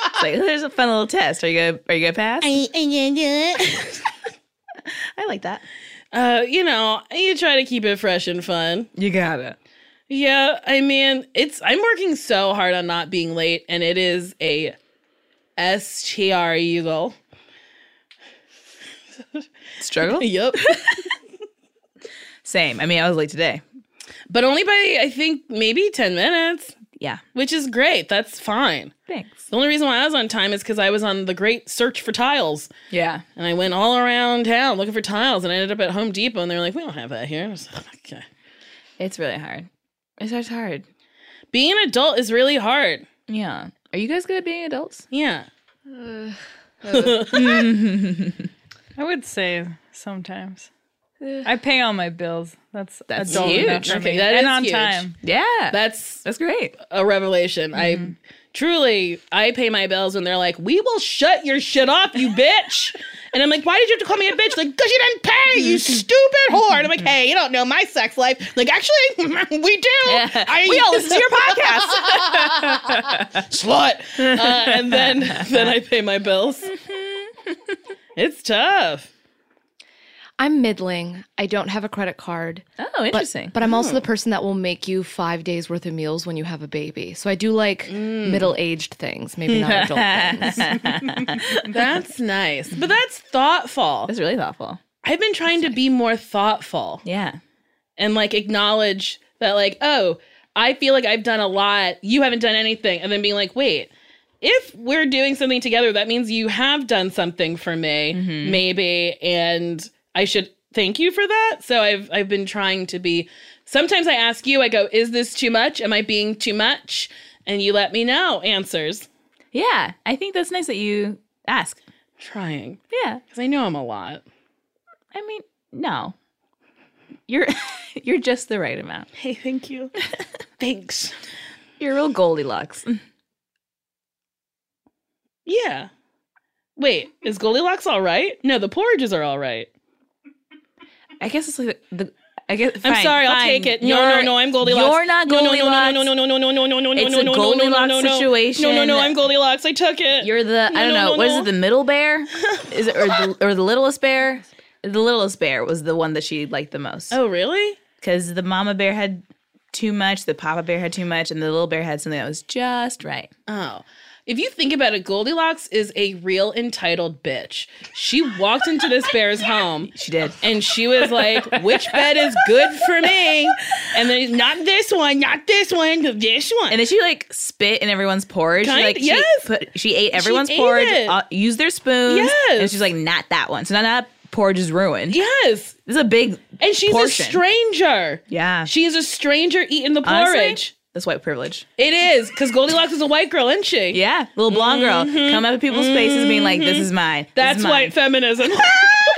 Speaker 1: It's like, there's a fun little test. Are you gonna are you gonna pass? I, like that.
Speaker 2: Uh, you know, you try to keep it fresh and fun.
Speaker 1: You got it.
Speaker 2: Yeah, I mean, it's I'm working so hard on not being late, and it is a STR eagle.
Speaker 1: Struggle?
Speaker 2: Yep.
Speaker 1: Same. I mean, I was late today.
Speaker 2: but only by I think maybe 10 minutes,
Speaker 1: Yeah.
Speaker 2: which is great. That's fine.
Speaker 1: Thanks.
Speaker 2: The only reason why I was on time is because I was on the great search for tiles.
Speaker 1: Yeah.
Speaker 2: And I went all around town looking for tiles and I ended up at Home Depot and they were like, We don't have that here. I was like, okay.
Speaker 1: It's really hard. It's it's hard.
Speaker 2: Being an adult is really hard.
Speaker 1: Yeah. Are you guys good at being adults?
Speaker 2: Yeah.
Speaker 4: Ugh. Ugh.
Speaker 3: I would say sometimes.
Speaker 1: I pay all my bills. That's
Speaker 2: That's
Speaker 1: adult
Speaker 2: huge.
Speaker 1: enough for
Speaker 2: Okay,
Speaker 1: me.
Speaker 2: that
Speaker 1: and
Speaker 2: is
Speaker 1: on
Speaker 2: huge.
Speaker 1: time.
Speaker 6: Yeah.
Speaker 2: That's
Speaker 6: that's great.
Speaker 2: a revelation. I truly, I pay my bills when they're like, we will shut your shit off, you bitch. And I'm like, why did you have to call me a bitch? Like, because you didn't pay, you stupid whore. And I'm like, hey, you don't know my sex life. Like, actually, we do. I, we all listen to your podcast. Slut. Uh, and then, then I pay my bills. Mm-hmm. it's tough.
Speaker 4: I'm middling. I don't have a credit card.
Speaker 1: Oh, interesting.
Speaker 4: But I'm also the person that will make you five days worth of meals when you have a baby. So I do like middle aged things, maybe not adult things.
Speaker 2: That's nice. But that's thoughtful.
Speaker 1: That's really thoughtful.
Speaker 2: I've been trying to be more thoughtful.
Speaker 1: Yeah.
Speaker 2: and like acknowledge that like oh i feel like i've done a lot you haven't done anything and then being like wait if we're doing something together that means you have done something for me maybe and i should thank you for that so i've i've been trying to be sometimes i ask you i go is this too much am i being too much and you let me know answers
Speaker 1: Yeah. I think that's nice that you ask.
Speaker 2: trying
Speaker 1: Yeah.
Speaker 2: because i know i'm a lot
Speaker 1: I mean, no. You're you're just the right amount.
Speaker 2: hey thank you thanks
Speaker 1: You're real Goldilocks.
Speaker 2: yeah wait is goldilocks all right no the porridges are all right
Speaker 1: I guess it's like the, the I guess
Speaker 2: I'm
Speaker 1: fine,
Speaker 2: sorry, I'll
Speaker 1: fine.
Speaker 2: take it. No,
Speaker 1: You're-
Speaker 2: no, no, I'm Goldilocks.
Speaker 1: You're not
Speaker 2: No, no,
Speaker 1: Goldilocks.
Speaker 2: No, no, no, no, no, no, no, no, no,
Speaker 1: It's
Speaker 2: no,
Speaker 1: a
Speaker 2: no, no,
Speaker 1: Goldilocks
Speaker 2: no, no, no.
Speaker 1: situation.
Speaker 2: No, no, no, I'm Goldilocks. I took it.
Speaker 1: You're the
Speaker 2: No,
Speaker 1: I don't
Speaker 2: no,
Speaker 1: know.
Speaker 2: no,
Speaker 1: was
Speaker 2: no.
Speaker 1: it the middle bear? Is it or the or the littlest bear? The littlest bear was the one that she liked the most
Speaker 2: oh, really?
Speaker 1: because the mama bear had too much, the papa bear had too much, and the little bear had something that was just right.
Speaker 2: Oh. If you think about it, Goldilocks is a real entitled bitch. She walked into this bear's home
Speaker 1: She did.
Speaker 2: and she was like, which bed is good for me? And then not this one, not this one, this one.
Speaker 1: And then she like spit in everyone's porridge.
Speaker 2: Kind-
Speaker 1: she, like,
Speaker 2: yes.
Speaker 1: She, put, she ate everyone's
Speaker 2: ate
Speaker 1: porridge.
Speaker 2: it.
Speaker 1: Uh, used their spoons.
Speaker 2: Yes.
Speaker 1: And she's like, not that one. So now that porridge is ruined.
Speaker 2: yes.
Speaker 1: This is a big.
Speaker 2: And she's
Speaker 1: portion.
Speaker 2: a stranger.
Speaker 1: Yeah.
Speaker 2: She is a stranger eating the
Speaker 1: Honestly,
Speaker 2: porridge.
Speaker 1: That's white privilege.
Speaker 2: It is, because Goldilocks is a white girl, isn't she?
Speaker 1: Yeah, little blonde girl coming up at people's faces, being like, "This is mine." This
Speaker 2: That's
Speaker 1: is mine.
Speaker 2: white feminism.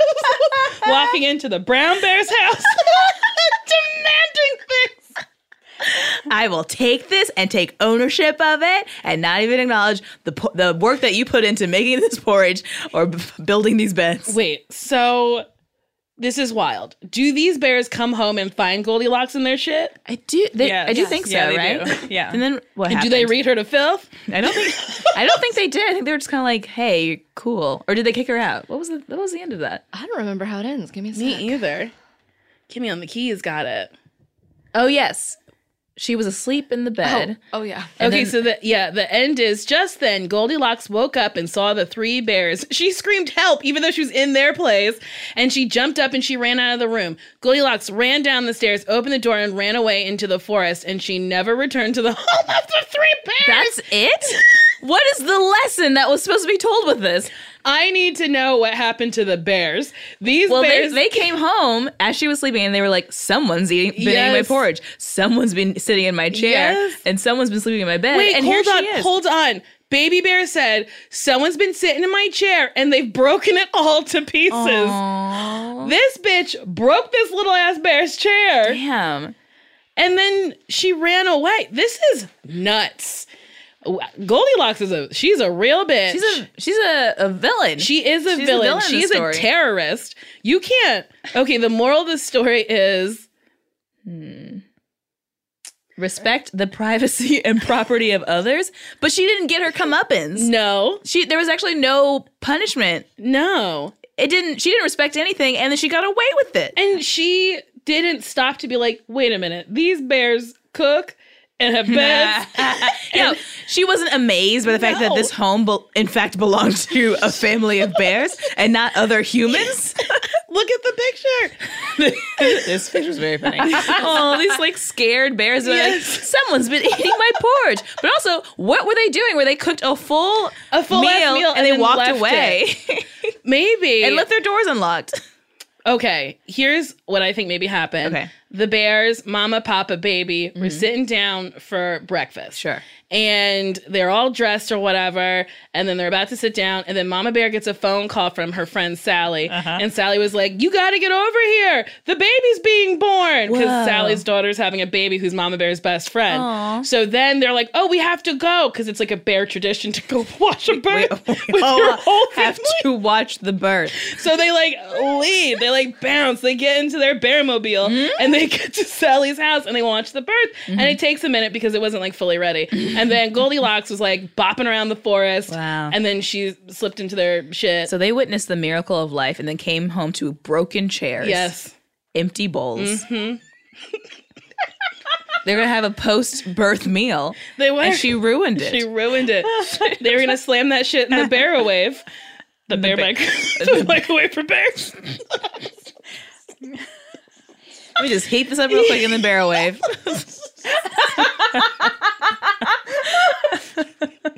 Speaker 2: Walking into the brown bear's house, demanding things.
Speaker 1: I will take this and take ownership of it, and not even acknowledge the po- the work that you put into making this porridge or b- building these beds.
Speaker 2: Wait, so this is wild. Do these bears come home and find Goldilocks in their shit?
Speaker 1: I do. They, I do
Speaker 4: Yes.
Speaker 1: think so,
Speaker 4: Yeah,
Speaker 1: right?
Speaker 2: Yeah.
Speaker 1: And then what
Speaker 2: do
Speaker 1: happened?
Speaker 2: they read her to filth?
Speaker 1: I don't think. I don't think they did. I think they were just kind of like, "Hey, cool," or did they kick her out? What was the What was the end of that?
Speaker 4: I don't remember how it ends. Give me a sec.
Speaker 2: either. Kimmy on the keys got it.
Speaker 1: Oh yes, she was asleep in the bed.
Speaker 4: Oh, yeah.
Speaker 2: okay,
Speaker 1: then-
Speaker 2: so the yeah, the end is just then Goldilocks woke up and saw the three bears. She screamed help, even though she was in their place, and she jumped up and she ran out of the room. Goldilocks ran down the stairs, opened the door, and ran away into the forest, and she never returned to the home of the three bears.
Speaker 1: That's it. What is the lesson that was supposed to be told with this?
Speaker 2: I need to know what happened to the bears. These
Speaker 1: Well, they,
Speaker 2: bears
Speaker 1: they came home as she was sleeping, and they were like, "Someone's eating, been eating my
Speaker 2: Yes.
Speaker 1: porridge. Someone's been sitting in my chair,
Speaker 2: Yes.
Speaker 1: and someone's been sleeping in my bed."
Speaker 2: Wait,
Speaker 1: and
Speaker 2: hold
Speaker 1: here
Speaker 2: on,
Speaker 1: she is.
Speaker 2: hold on. Baby Bear said, Someone's been sitting in my chair and they've broken it all to pieces. This bitch broke this little ass bear's chair
Speaker 1: Damn.
Speaker 2: and then she ran away. This is nuts. Goldilocks is a she's a real bitch.
Speaker 1: She's a she's a, a villain.
Speaker 2: She is a
Speaker 1: She's a
Speaker 2: villain.
Speaker 1: villain in
Speaker 2: She
Speaker 1: the
Speaker 2: is a
Speaker 1: story.
Speaker 2: terrorist. You can't. Okay, the moral of the story is
Speaker 1: respect the privacy and property of others, but she didn't get her comeuppance.
Speaker 2: no,
Speaker 1: She there was actually no punishment.
Speaker 2: no.
Speaker 1: It didn't. She didn't respect anything, and then she got away with it.
Speaker 2: And she didn't stop to be like, wait a minute, these bears cook and have beds.
Speaker 1: Yeah, she wasn't amazed by the fact that
Speaker 2: No.
Speaker 1: this home, be- in fact, belonged to a family of bears and not other humans.
Speaker 2: Look at the picture.
Speaker 1: this picture's very funny. oh, these like scared bears. Are
Speaker 2: Yes.
Speaker 1: like, Someone's been eating my porridge. But also, what were they doing? Where they cooked a full
Speaker 2: A full
Speaker 1: meal,
Speaker 2: ass meal
Speaker 1: and,
Speaker 2: and
Speaker 1: they
Speaker 2: then
Speaker 1: walked
Speaker 2: left
Speaker 1: away
Speaker 2: Maybe.
Speaker 1: and left their doors unlocked?
Speaker 2: okay, here's what I think maybe happened.
Speaker 1: Okay. Mm-hmm.
Speaker 2: the bears, mama, papa, baby, were sitting down for breakfast.
Speaker 1: Sure.
Speaker 2: And they're all dressed or whatever. And then they're about to sit down. And then Mama Bear gets a phone call from her friend Sally.
Speaker 1: Uh-huh.
Speaker 2: And Sally was like, You got to get over here. The baby's being born. Because Sally's daughter's having a baby who's Mama Bear's best friend. So then they're like, Oh, we have to go. Because it's like a bear tradition to go watch a bird with your whole
Speaker 1: have
Speaker 2: family.
Speaker 1: to watch the birth.
Speaker 2: So they like leave, they like bounce, they get into their bear mobile, and they get to Sally's house and they watch the birth.
Speaker 1: Mm-hmm.
Speaker 2: And it takes a minute because it wasn't like fully ready. And then Goldilocks was like bopping around the forest.
Speaker 1: Wow.
Speaker 2: And then she slipped into their shit.
Speaker 1: So they witnessed the miracle of life and then came home to broken chairs,
Speaker 2: yes. Mm-hmm.
Speaker 1: empty bowls. They're gonna have a post-birth meal,
Speaker 2: They were.
Speaker 1: and she ruined it.
Speaker 2: she ruined it. they were gonna slam that shit in the barrel wave. The bear mic- the microwave for bears.
Speaker 1: Let me just heat this up real quick in the barrel wave.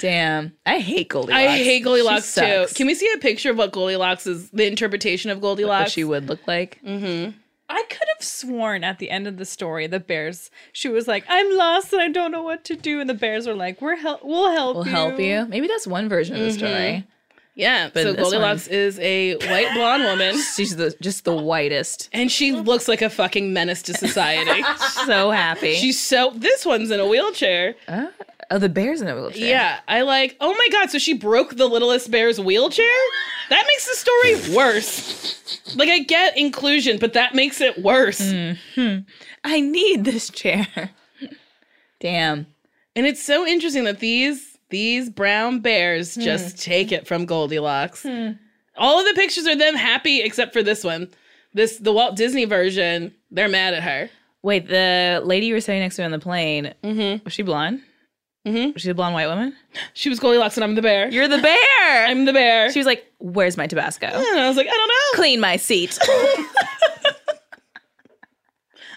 Speaker 1: Damn, I hate Goldilocks.
Speaker 2: I hate Goldilocks
Speaker 1: She
Speaker 2: too.
Speaker 1: sucks.
Speaker 2: Can we see a picture of what Goldilocks is? The interpretation of
Speaker 1: what
Speaker 2: Goldilocks.
Speaker 1: she would look like?
Speaker 3: I could have sworn at the end of the story, the bears. She was like, "I'm lost and I don't know what to do," and the bears were like, "We're help. We'll help.
Speaker 2: Mm-hmm.
Speaker 1: Will
Speaker 3: you.
Speaker 1: help you. Maybe that's one version of the story.
Speaker 2: Yeah. so
Speaker 1: this
Speaker 2: Goldilocks is a white blonde woman.
Speaker 1: She's the just the whitest.
Speaker 2: And she looks like a fucking menace to society.
Speaker 1: So happy.
Speaker 2: She's so. This one's in a wheelchair.
Speaker 1: oh, the bear's in a wheelchair.
Speaker 2: Yeah, I like. Oh my god! So she broke the littlest bear's wheelchair. That makes the story worse. Like I get inclusion, but that makes it worse.
Speaker 1: Hmm. I need this chair. Damn.
Speaker 2: And it's so interesting that these these brown bears
Speaker 1: Hmm.
Speaker 2: just take it from Goldilocks. All of the pictures are them happy except for this one. This the Walt Disney version. They're mad at her.
Speaker 1: Wait, the lady you were sitting next to on the plane,
Speaker 2: Mm-hmm.
Speaker 1: was she blonde?
Speaker 2: Mhm.
Speaker 1: Was she a blonde white woman?
Speaker 2: She was Goldilocks, and I'm the bear.
Speaker 1: You're the bear.
Speaker 2: I'm the bear.
Speaker 1: she was like, Where's my Tabasco?
Speaker 2: and I was like, I don't know.
Speaker 1: Clean my seat.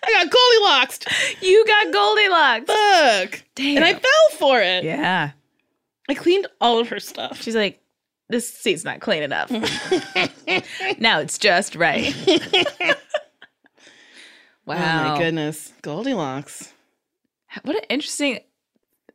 Speaker 2: I got Goldilocks.
Speaker 1: you got Goldilocks.
Speaker 2: Fuck.
Speaker 1: Damn.
Speaker 2: And I fell for it.
Speaker 1: yeah.
Speaker 2: I cleaned all of her stuff.
Speaker 1: She's like, This seat's not clean enough. now it's just right. wow.
Speaker 2: Oh goodness. Goldilocks.
Speaker 1: What an interesting,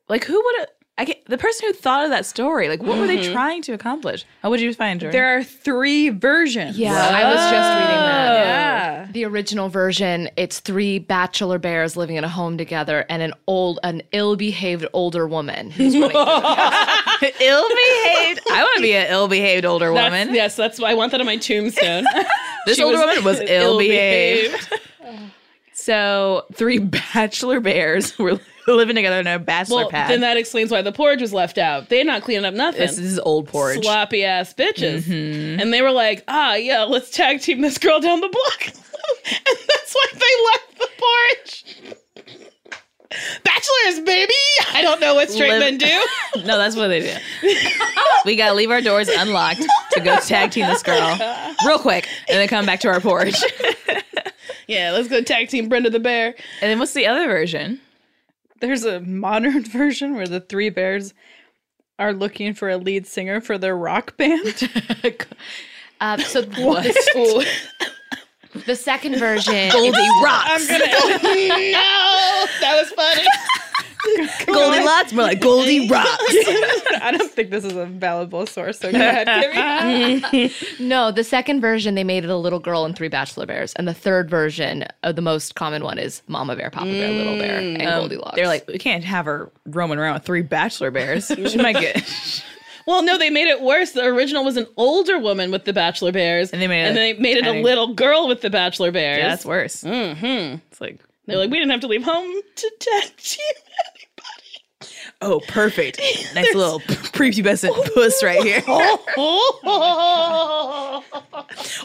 Speaker 1: like, who would have. I get, the person who thought of that story, like, what were
Speaker 2: Mm-hmm.
Speaker 1: they trying to accomplish? How would you find her?
Speaker 3: There are three versions.
Speaker 4: Yeah, I was just reading that.
Speaker 3: Yeah.
Speaker 4: The original version, it's three bachelor bears living in a home together and an old an ill-behaved older woman who's running through the
Speaker 1: ill-behaved. I want to be an ill-behaved older
Speaker 2: That's-
Speaker 1: woman.
Speaker 2: yes, that's why I want that on my tombstone.
Speaker 1: this
Speaker 2: She
Speaker 1: older woman was ill-behaved.
Speaker 2: ill-behaved.
Speaker 1: So three bachelor bears were living together in a bachelor
Speaker 2: Well,
Speaker 1: pad.
Speaker 2: then that explains why the porridge was left out. They're not cleaning up nothing.
Speaker 1: this is old porridge. Mm-hmm.
Speaker 2: Sloppy ass bitches. And they were like, ah, yeah, let's tag team this girl down the block. and that's why they left the porridge. Bachelors, baby! I don't know what straight
Speaker 1: Live-
Speaker 2: men do.
Speaker 1: no, that's what they do. we gotta leave our doors unlocked to go tag team this girl real quick, and then come back to our porridge.
Speaker 2: Yeah, let's go tag team Brenda the Bear.
Speaker 1: and then what's the other version?
Speaker 3: There's a modern version where the three bears are looking for a lead singer for their rock band.
Speaker 4: Uh, so
Speaker 2: Ooh.
Speaker 4: the second version,
Speaker 1: Goldie rocks.
Speaker 2: no, that was funny.
Speaker 1: Goldie lots. We're like Goldie rocks.
Speaker 3: I don't think this is a valuable source. So go ahead, Kimmy.
Speaker 4: no, the second version they made it a little girl and three bachelor bears, and the third version, uh, the most common one, is Mama Bear, Papa Bear, Little Bear, and
Speaker 1: Mm.
Speaker 4: Goldilocks.
Speaker 1: Oh, They're like, we can't have her roaming around with three bachelor bears. She might get.
Speaker 2: Well, no, they made it worse. The original was an older woman with the Bachelor Bears,
Speaker 1: And they made it
Speaker 2: and they made it a
Speaker 1: tiny-
Speaker 2: little girl with the Bachelor Bears.
Speaker 1: Yeah, that's worse.
Speaker 2: hmm
Speaker 1: It's like,
Speaker 2: They're like, we didn't have to leave home to tag team anybody.
Speaker 1: oh, perfect. Nice little prepubescent puss right here,
Speaker 2: Oh,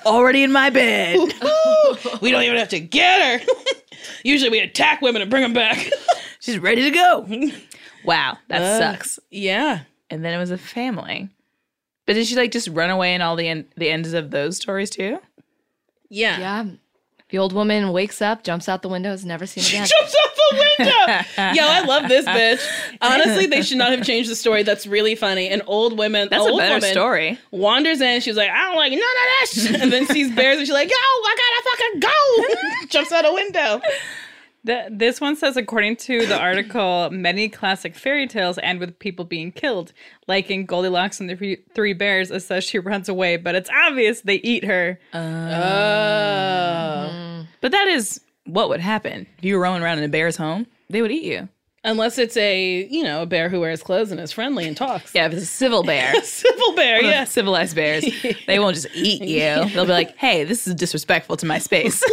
Speaker 1: already in my bed.
Speaker 2: we don't even have to get her. Usually, we attack women and bring them back.
Speaker 1: She's ready to go. Wow, that sucks.
Speaker 2: yeah.
Speaker 1: And then it was a family. But did she like just run away in all the en- the ends of those stories too?
Speaker 2: yeah,
Speaker 4: yeah. The old woman wakes up, jumps out the window, is never seen
Speaker 2: She
Speaker 4: again.
Speaker 2: jumps off the the window. Yo, I love this bitch. Honestly, they should not have changed the story. That's really funny. An old woman,
Speaker 1: That's a
Speaker 2: old
Speaker 1: better
Speaker 2: woman
Speaker 1: story.
Speaker 2: wanders in. She's like, I don't like none of that. shit," And then sees bears and she's like, Yo, I gotta fucking go. Jumps out a window.
Speaker 3: Th- this one says, according to the article, many classic fairy tales end with people being killed. Like in Goldilocks and the Three- Three Bears, it says she runs away, but it's obvious they eat her.
Speaker 1: But that is what would happen if you were roaming around in a bear's home. They would eat you.
Speaker 2: Unless it's a, you know, a bear who wears clothes and is friendly and talks.
Speaker 1: Yeah, if it's a civil bear,
Speaker 2: Civil bear,
Speaker 1: yeah,
Speaker 2: yes.
Speaker 1: civilized bears, they won't just eat you. They'll be like, "Hey, this is disrespectful to my space."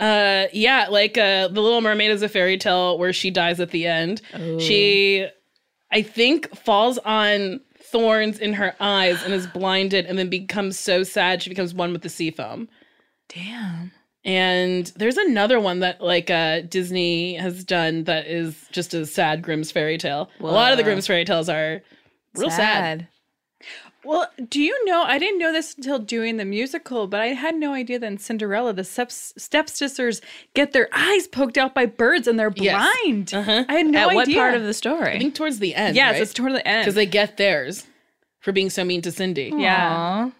Speaker 2: Uh, yeah, like uh, the Little Mermaid is a fairy tale where she dies at the end. She, I think, falls on thorns in her eyes and is blinded, and then becomes so sad she becomes one with the sea foam.
Speaker 1: Damn.
Speaker 2: And there's another one that like uh, Disney has done that is just a sad Grimm's fairy tale. A lot of the
Speaker 1: Whoa.
Speaker 2: Grimm's fairy tales are real sad.
Speaker 3: Well, do you know? I didn't know this until doing the musical, but I had no idea that in Cinderella, the step stepsisters get their eyes poked out by birds and they're
Speaker 2: Yes.
Speaker 3: blind.
Speaker 2: Uh-huh.
Speaker 3: I had no
Speaker 1: At
Speaker 3: idea.
Speaker 1: what part of the
Speaker 2: I
Speaker 1: story?
Speaker 2: think towards the end.
Speaker 3: Yes,
Speaker 2: right?
Speaker 3: it's toward the end.
Speaker 2: because they get theirs for being so mean to Cindy.
Speaker 3: yeah.
Speaker 1: Aw.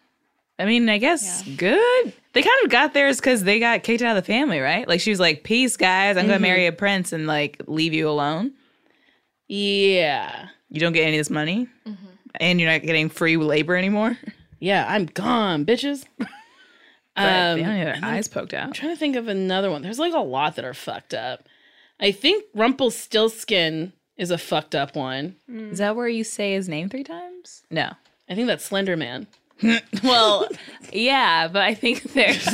Speaker 1: I mean, I guess good. They kind of got theirs because they got kicked out of the family, right? Like she was like, "Peace, guys. I'm gonna marry a prince and like leave you alone.
Speaker 2: Yeah.
Speaker 1: You don't get any of this money, and you're not getting free labor anymore."
Speaker 2: Yeah, I'm gone, bitches.
Speaker 1: But
Speaker 2: um,
Speaker 1: they only have
Speaker 2: I'm
Speaker 1: their eyes poked out.
Speaker 2: trying to think of another one. There's like a lot that are fucked up. I think Rumpelstiltskin is a fucked up one.
Speaker 1: Is that where you say his name three times? No.
Speaker 2: I think that's Slender Man.
Speaker 1: Well, yeah, but I think there's.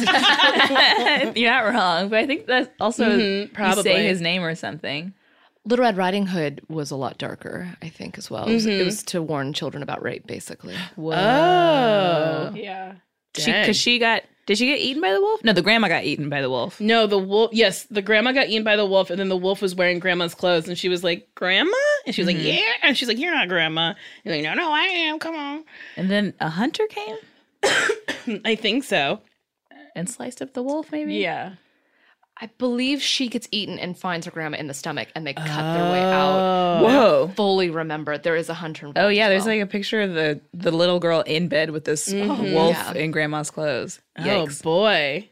Speaker 1: you're not wrong, but I think that's also
Speaker 2: Mhm,
Speaker 1: you
Speaker 2: probably.
Speaker 1: say his name or something.
Speaker 4: Little Red Riding Hood was a lot darker, I think, as well. It was, it
Speaker 1: Mm-hmm.
Speaker 4: was to warn children about rape, basically.
Speaker 2: oh.
Speaker 3: Yeah.
Speaker 2: Dang.
Speaker 1: Because she, got. Did she get eaten by the wolf? No, the grandma got eaten by the wolf.
Speaker 2: No, the wolf. Yes, the grandma got eaten by the wolf, and then the wolf was wearing grandma's clothes, and she was like, "Grandma," and she was
Speaker 1: Mm-hmm.
Speaker 2: like, "Yeah," and she's like, "You're not grandma." And like, "No, no, I am. Come on."
Speaker 1: And then a hunter came
Speaker 2: I think so.
Speaker 1: and sliced up the wolf, maybe?
Speaker 3: Yeah.
Speaker 4: I believe she gets eaten and finds her grandma in the stomach, and they cut their way out.
Speaker 1: Whoa.
Speaker 4: Fully remember, there is a hunter.
Speaker 1: Oh, yeah, there's like a picture of the, the little girl in bed with this wolf
Speaker 4: Yeah.
Speaker 1: in grandma's clothes.
Speaker 2: Oh
Speaker 1: Mm-hmm. Yikes.
Speaker 2: boy!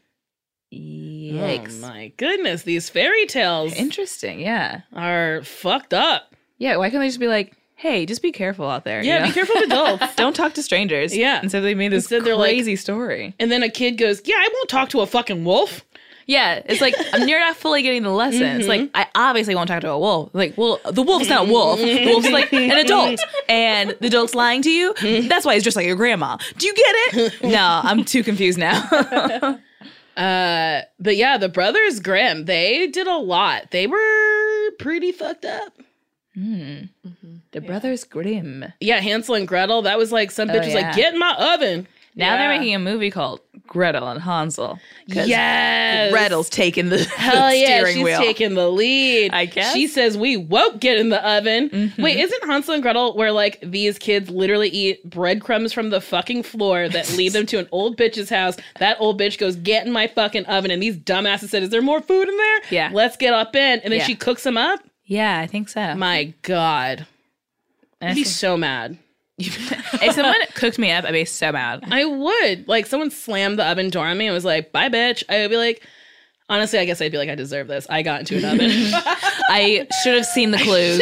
Speaker 1: Yikes.
Speaker 2: Oh my goodness! These fairy tales
Speaker 1: Interesting, yeah.
Speaker 2: are fucked up.
Speaker 1: Yeah, why can't they just be like, hey, just be careful out there? you
Speaker 2: Yeah,
Speaker 1: know?
Speaker 2: be careful with adults.
Speaker 1: Don't talk to strangers.
Speaker 2: Yeah.
Speaker 1: And so they made this
Speaker 2: Instead they're like-
Speaker 1: crazy story.
Speaker 2: and then a kid goes, "Yeah, I won't talk to a fucking wolf."
Speaker 1: Yeah. It's like, I'm- you're not fully getting the lesson. It's like, I obviously won't talk to a wolf. Like, well, the wolf's not a wolf. The wolf's like an adult. And the adult's lying to you. That's why he's just like your grandma. Do you get it? No, I'm too confused now.
Speaker 2: Uh, but yeah, the brothers Grimm, they did a lot. They were pretty fucked up.
Speaker 1: the Brothers Grimm.
Speaker 2: Yeah, Hansel and Gretel, that was like some bitch was
Speaker 1: yeah.
Speaker 2: like, "Get in my oven."
Speaker 1: Now they're
Speaker 3: Yeah.
Speaker 1: making a movie called Gretel and Hansel. 'Cause
Speaker 2: Yes.
Speaker 1: Gretel's taking the,
Speaker 2: Hell
Speaker 1: the
Speaker 2: yeah,
Speaker 1: steering
Speaker 2: she's
Speaker 1: wheel.
Speaker 2: taking the lead.
Speaker 1: I guess. Mm-hmm.
Speaker 2: She says we won't get in the oven. Wait, isn't Hansel and Gretel where like these kids literally eat breadcrumbs from the fucking floor that lead them to an old bitch's house? That old bitch goes, get in my fucking oven. And these dumbasses said, Is there more food in there?
Speaker 1: Yeah.
Speaker 2: Let's get up in. And then
Speaker 1: Yeah.
Speaker 2: she cooks them up.
Speaker 1: yeah, I think so.
Speaker 2: My God.
Speaker 1: And I
Speaker 2: I'd be
Speaker 1: think-
Speaker 2: so mad.
Speaker 1: if someone cooked me up, I'd be so mad.
Speaker 2: I would. Like someone slammed the oven door on me and was like, bye bitch. I would be like, honestly, I guess I'd be like, I deserve this. I got into an oven.
Speaker 1: I should have seen the clues.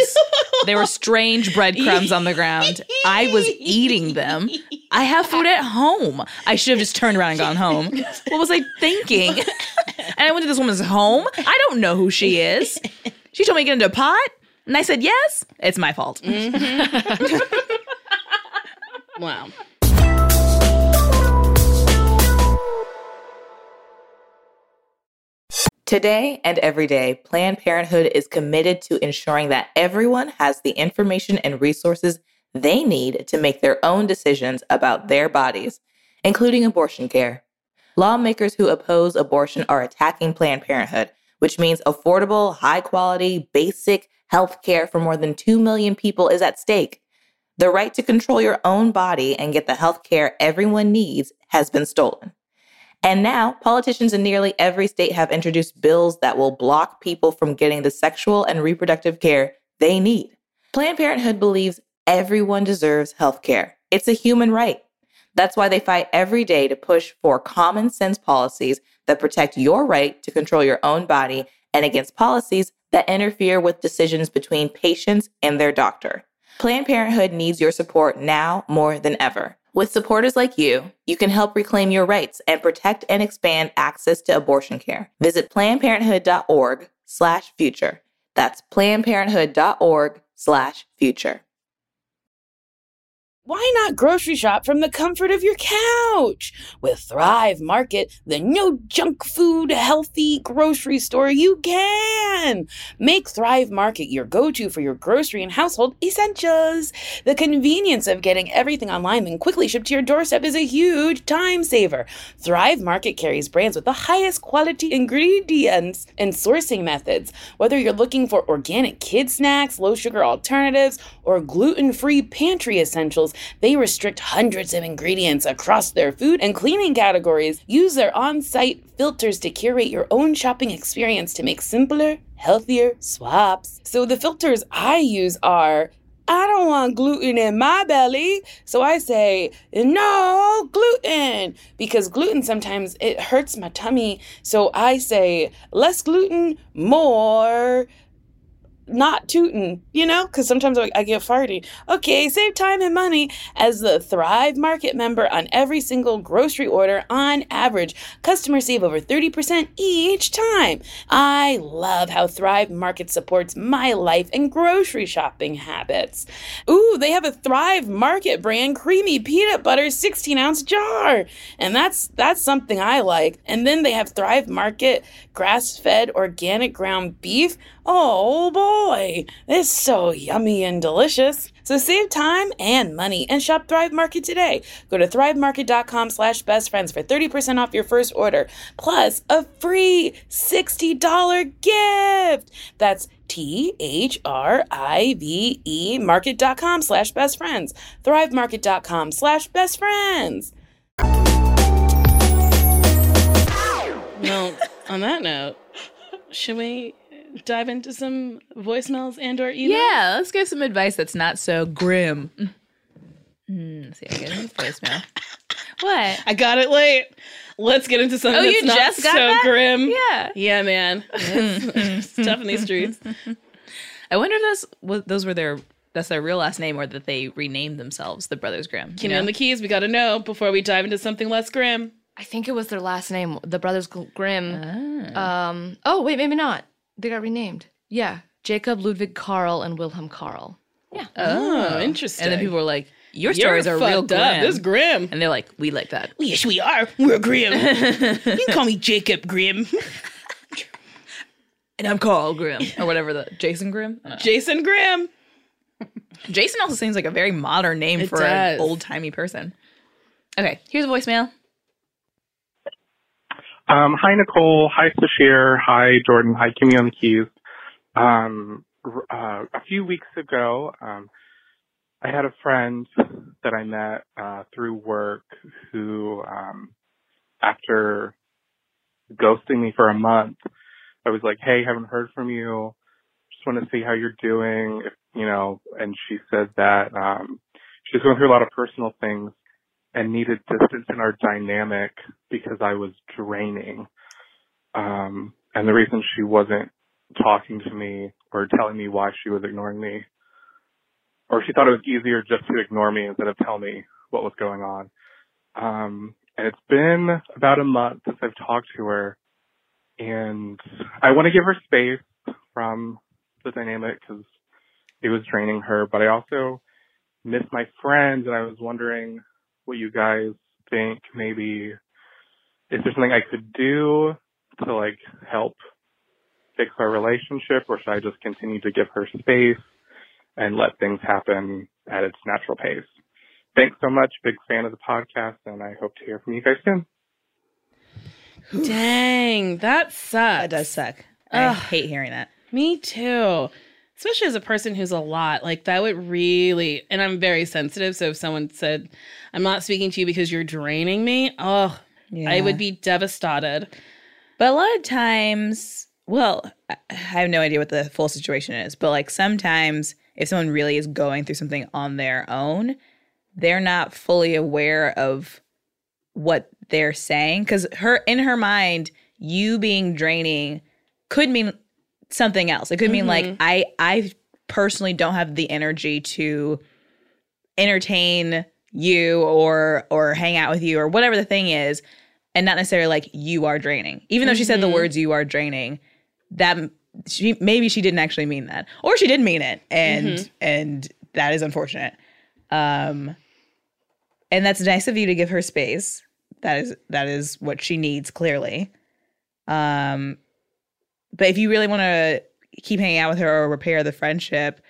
Speaker 1: There were strange breadcrumbs on the ground. I was eating them. I have food at home. I should have just turned around and gone home. What was I thinking? And I went to this woman's home. I don't know who she is. She told me to get into a pot, and I said yes. It's my fault.
Speaker 2: wow.
Speaker 6: Today and every day, Planned Parenthood is committed to ensuring that everyone has the information and resources they need to make their own decisions about their bodies, including abortion care. Lawmakers who oppose abortion are attacking Planned Parenthood, which means affordable, high quality, basic health care for more than 2 million people is at stake. The right to control your own body and get the health care everyone needs has been stolen. And now, politicians in nearly every state have introduced bills that will block people from getting the sexual and reproductive care they need. Planned Parenthood believes everyone deserves health care, it's a human right. That's why they fight every day to push for common sense policies that protect your right to control your own body and against policies that interfere with decisions between patients and their doctor. Planned Parenthood needs your support now more than ever. With supporters like you, you can help reclaim your rights and protect and expand access to abortion care. Visit plannedparenthood.org slash future. That's plannedparenthood.org slash future.
Speaker 7: Why not grocery shop from the comfort of your couch? With Thrive Market, the no junk food healthy grocery store you can. Make Thrive Market your go to for your grocery and household essentials. The convenience of getting everything online and quickly shipped to your doorstep is a huge time saver. Thrive Market carries brands with the highest quality ingredients and sourcing methods. Whether you're looking for organic kid snacks, low sugar alternatives, or gluten free pantry essentials, they restrict hundreds of ingredients across their food and cleaning categories. Use their on site filters to curate your own shopping experience to make simpler, healthier swaps. So the filters I use are I don't want gluten in my belly. So I say, no gluten, because gluten sometimes it hurts my tummy. So I say, less gluten, more not tootin', you know, because sometimes I, I get farty. Okay, save time and money as the Thrive Market member on every single grocery order on average. Customers save over 30% each time. I love how Thrive Market supports my life and grocery shopping habits. Ooh, they have a Thrive Market brand creamy peanut butter 16 ounce jar. And that's that's something I like. And then they have Thrive Market grass fed organic ground beef. Oh boy, it's so yummy and delicious. So save time and money and shop Thrive Market today. Go to thrivemarket.com slash best friends for 30% off your first order, plus a free $60 gift. That's T-H-R-I-V-E market.com slash best friends. Thrivemarket.com slash best friends.
Speaker 2: Well, on that note, should we dive into some voicemails and or emails?
Speaker 1: Yeah, let's give some advice that's not so grim. Hmm, let's see, I get a voicemail. What?
Speaker 2: I got it late. Let's get into something
Speaker 1: Oh,
Speaker 2: that's
Speaker 1: you
Speaker 2: not
Speaker 1: just got
Speaker 2: so
Speaker 1: that?
Speaker 2: grim.
Speaker 1: Yeah.
Speaker 2: Yeah, man. It's tough in these streets.
Speaker 1: I wonder if those what, those were their that's their real last name or that they renamed themselves the Brothers Grimm.
Speaker 2: Keenan and the keys, we gotta know before we dive into something less grim.
Speaker 4: I think it was their last name, the Brothers Gl- Grimm.
Speaker 1: Ah.
Speaker 4: Um, oh, wait, maybe not. They got renamed. Yeah. Jacob Ludwig Karl and Wilhelm Karl.
Speaker 2: Oh, interesting.
Speaker 1: and then people were like, "Your
Speaker 2: You're
Speaker 1: stories are real
Speaker 2: fucked up.
Speaker 1: grim."
Speaker 2: This is grim.
Speaker 1: and they're like, "We like that."
Speaker 2: Yes, we are. We're grim. you can call me Jacob Grim.
Speaker 1: And I'm Carl Grimm or whatever the Jason Grimm. I don't know.
Speaker 2: Jason Grimm.
Speaker 1: Jason also seems like a very modern name
Speaker 2: It
Speaker 1: for
Speaker 2: does.
Speaker 1: an old timey person. Okay, here's a voicemail.
Speaker 8: Um, hi, Nicole. Hi, Sashir. Hi, Jordan. Hi, Kimmy on the keys. Um, r- uh, a few weeks ago, um, I had a friend that I met uh, through work who, um, after ghosting me for a month, I was like, "Hey, haven't heard from you. Just want to see how you're doing." If, you know, and she said that um, she was going through a lot of personal things and needed distance in our dynamic because I was draining. Um, and the reason she wasn't talking to me or telling me why she was ignoring me, or she thought it was easier just to ignore me instead of tell me what was going on. Um, and it's been about a month since I've talked to her, and I want to give her space from the dynamic because it was draining her, but I also miss my friends, and I was wondering what you guys think maybe is there something I could do to like help fix our relationship or should I just continue to give her space and let things happen at its natural pace? Thanks so much. Big fan of the podcast and I hope to hear from you guys soon.
Speaker 2: Dang, that sucks.
Speaker 1: That does suck. I
Speaker 2: Ugh.
Speaker 1: hate hearing that.
Speaker 2: Me too. Especially as a person who's a lot, like that would really, and I'm very sensitive. So if someone said, I'm not speaking to you because you're draining me, oh, I would be devastated.
Speaker 1: But a lot of times, well, I I have no idea what the full situation is, but like sometimes if someone really is going through something on their own, they're not fully aware of what they're saying cuz her in her mind, you being draining could mean something else. It could mean like I I personally don't have the energy to entertain you or or hang out with you or whatever the thing is and not necessarily like you are draining. Even though she said the words you are draining, that m- she maybe she didn't actually mean that, or she did mean it, and and that is unfortunate. Um, and that's nice of you to give her space. That is that is what she needs clearly. Um, but if you really want to keep hanging out with her or repair the friendship,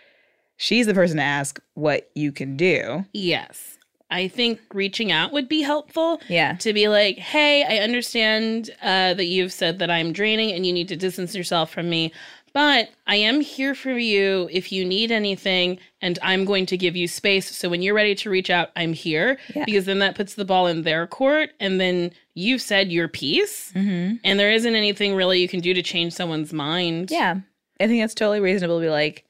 Speaker 1: she's the person to ask what you can do.
Speaker 2: Yes. I think reaching out would be helpful.
Speaker 1: Yeah.
Speaker 2: to be like, hey, I understand uh, that you've said that I'm draining and you need to distance yourself from me, but I am here for you if you need anything, and I'm going to give you space. So when you're ready to reach out, I'm here
Speaker 1: Yeah.
Speaker 2: because then that puts the ball in their court, and then you've said your piece,
Speaker 1: Mm-hmm.
Speaker 2: and there isn't anything really you can do to change someone's mind.
Speaker 1: Yeah. I think that's totally reasonable to be like,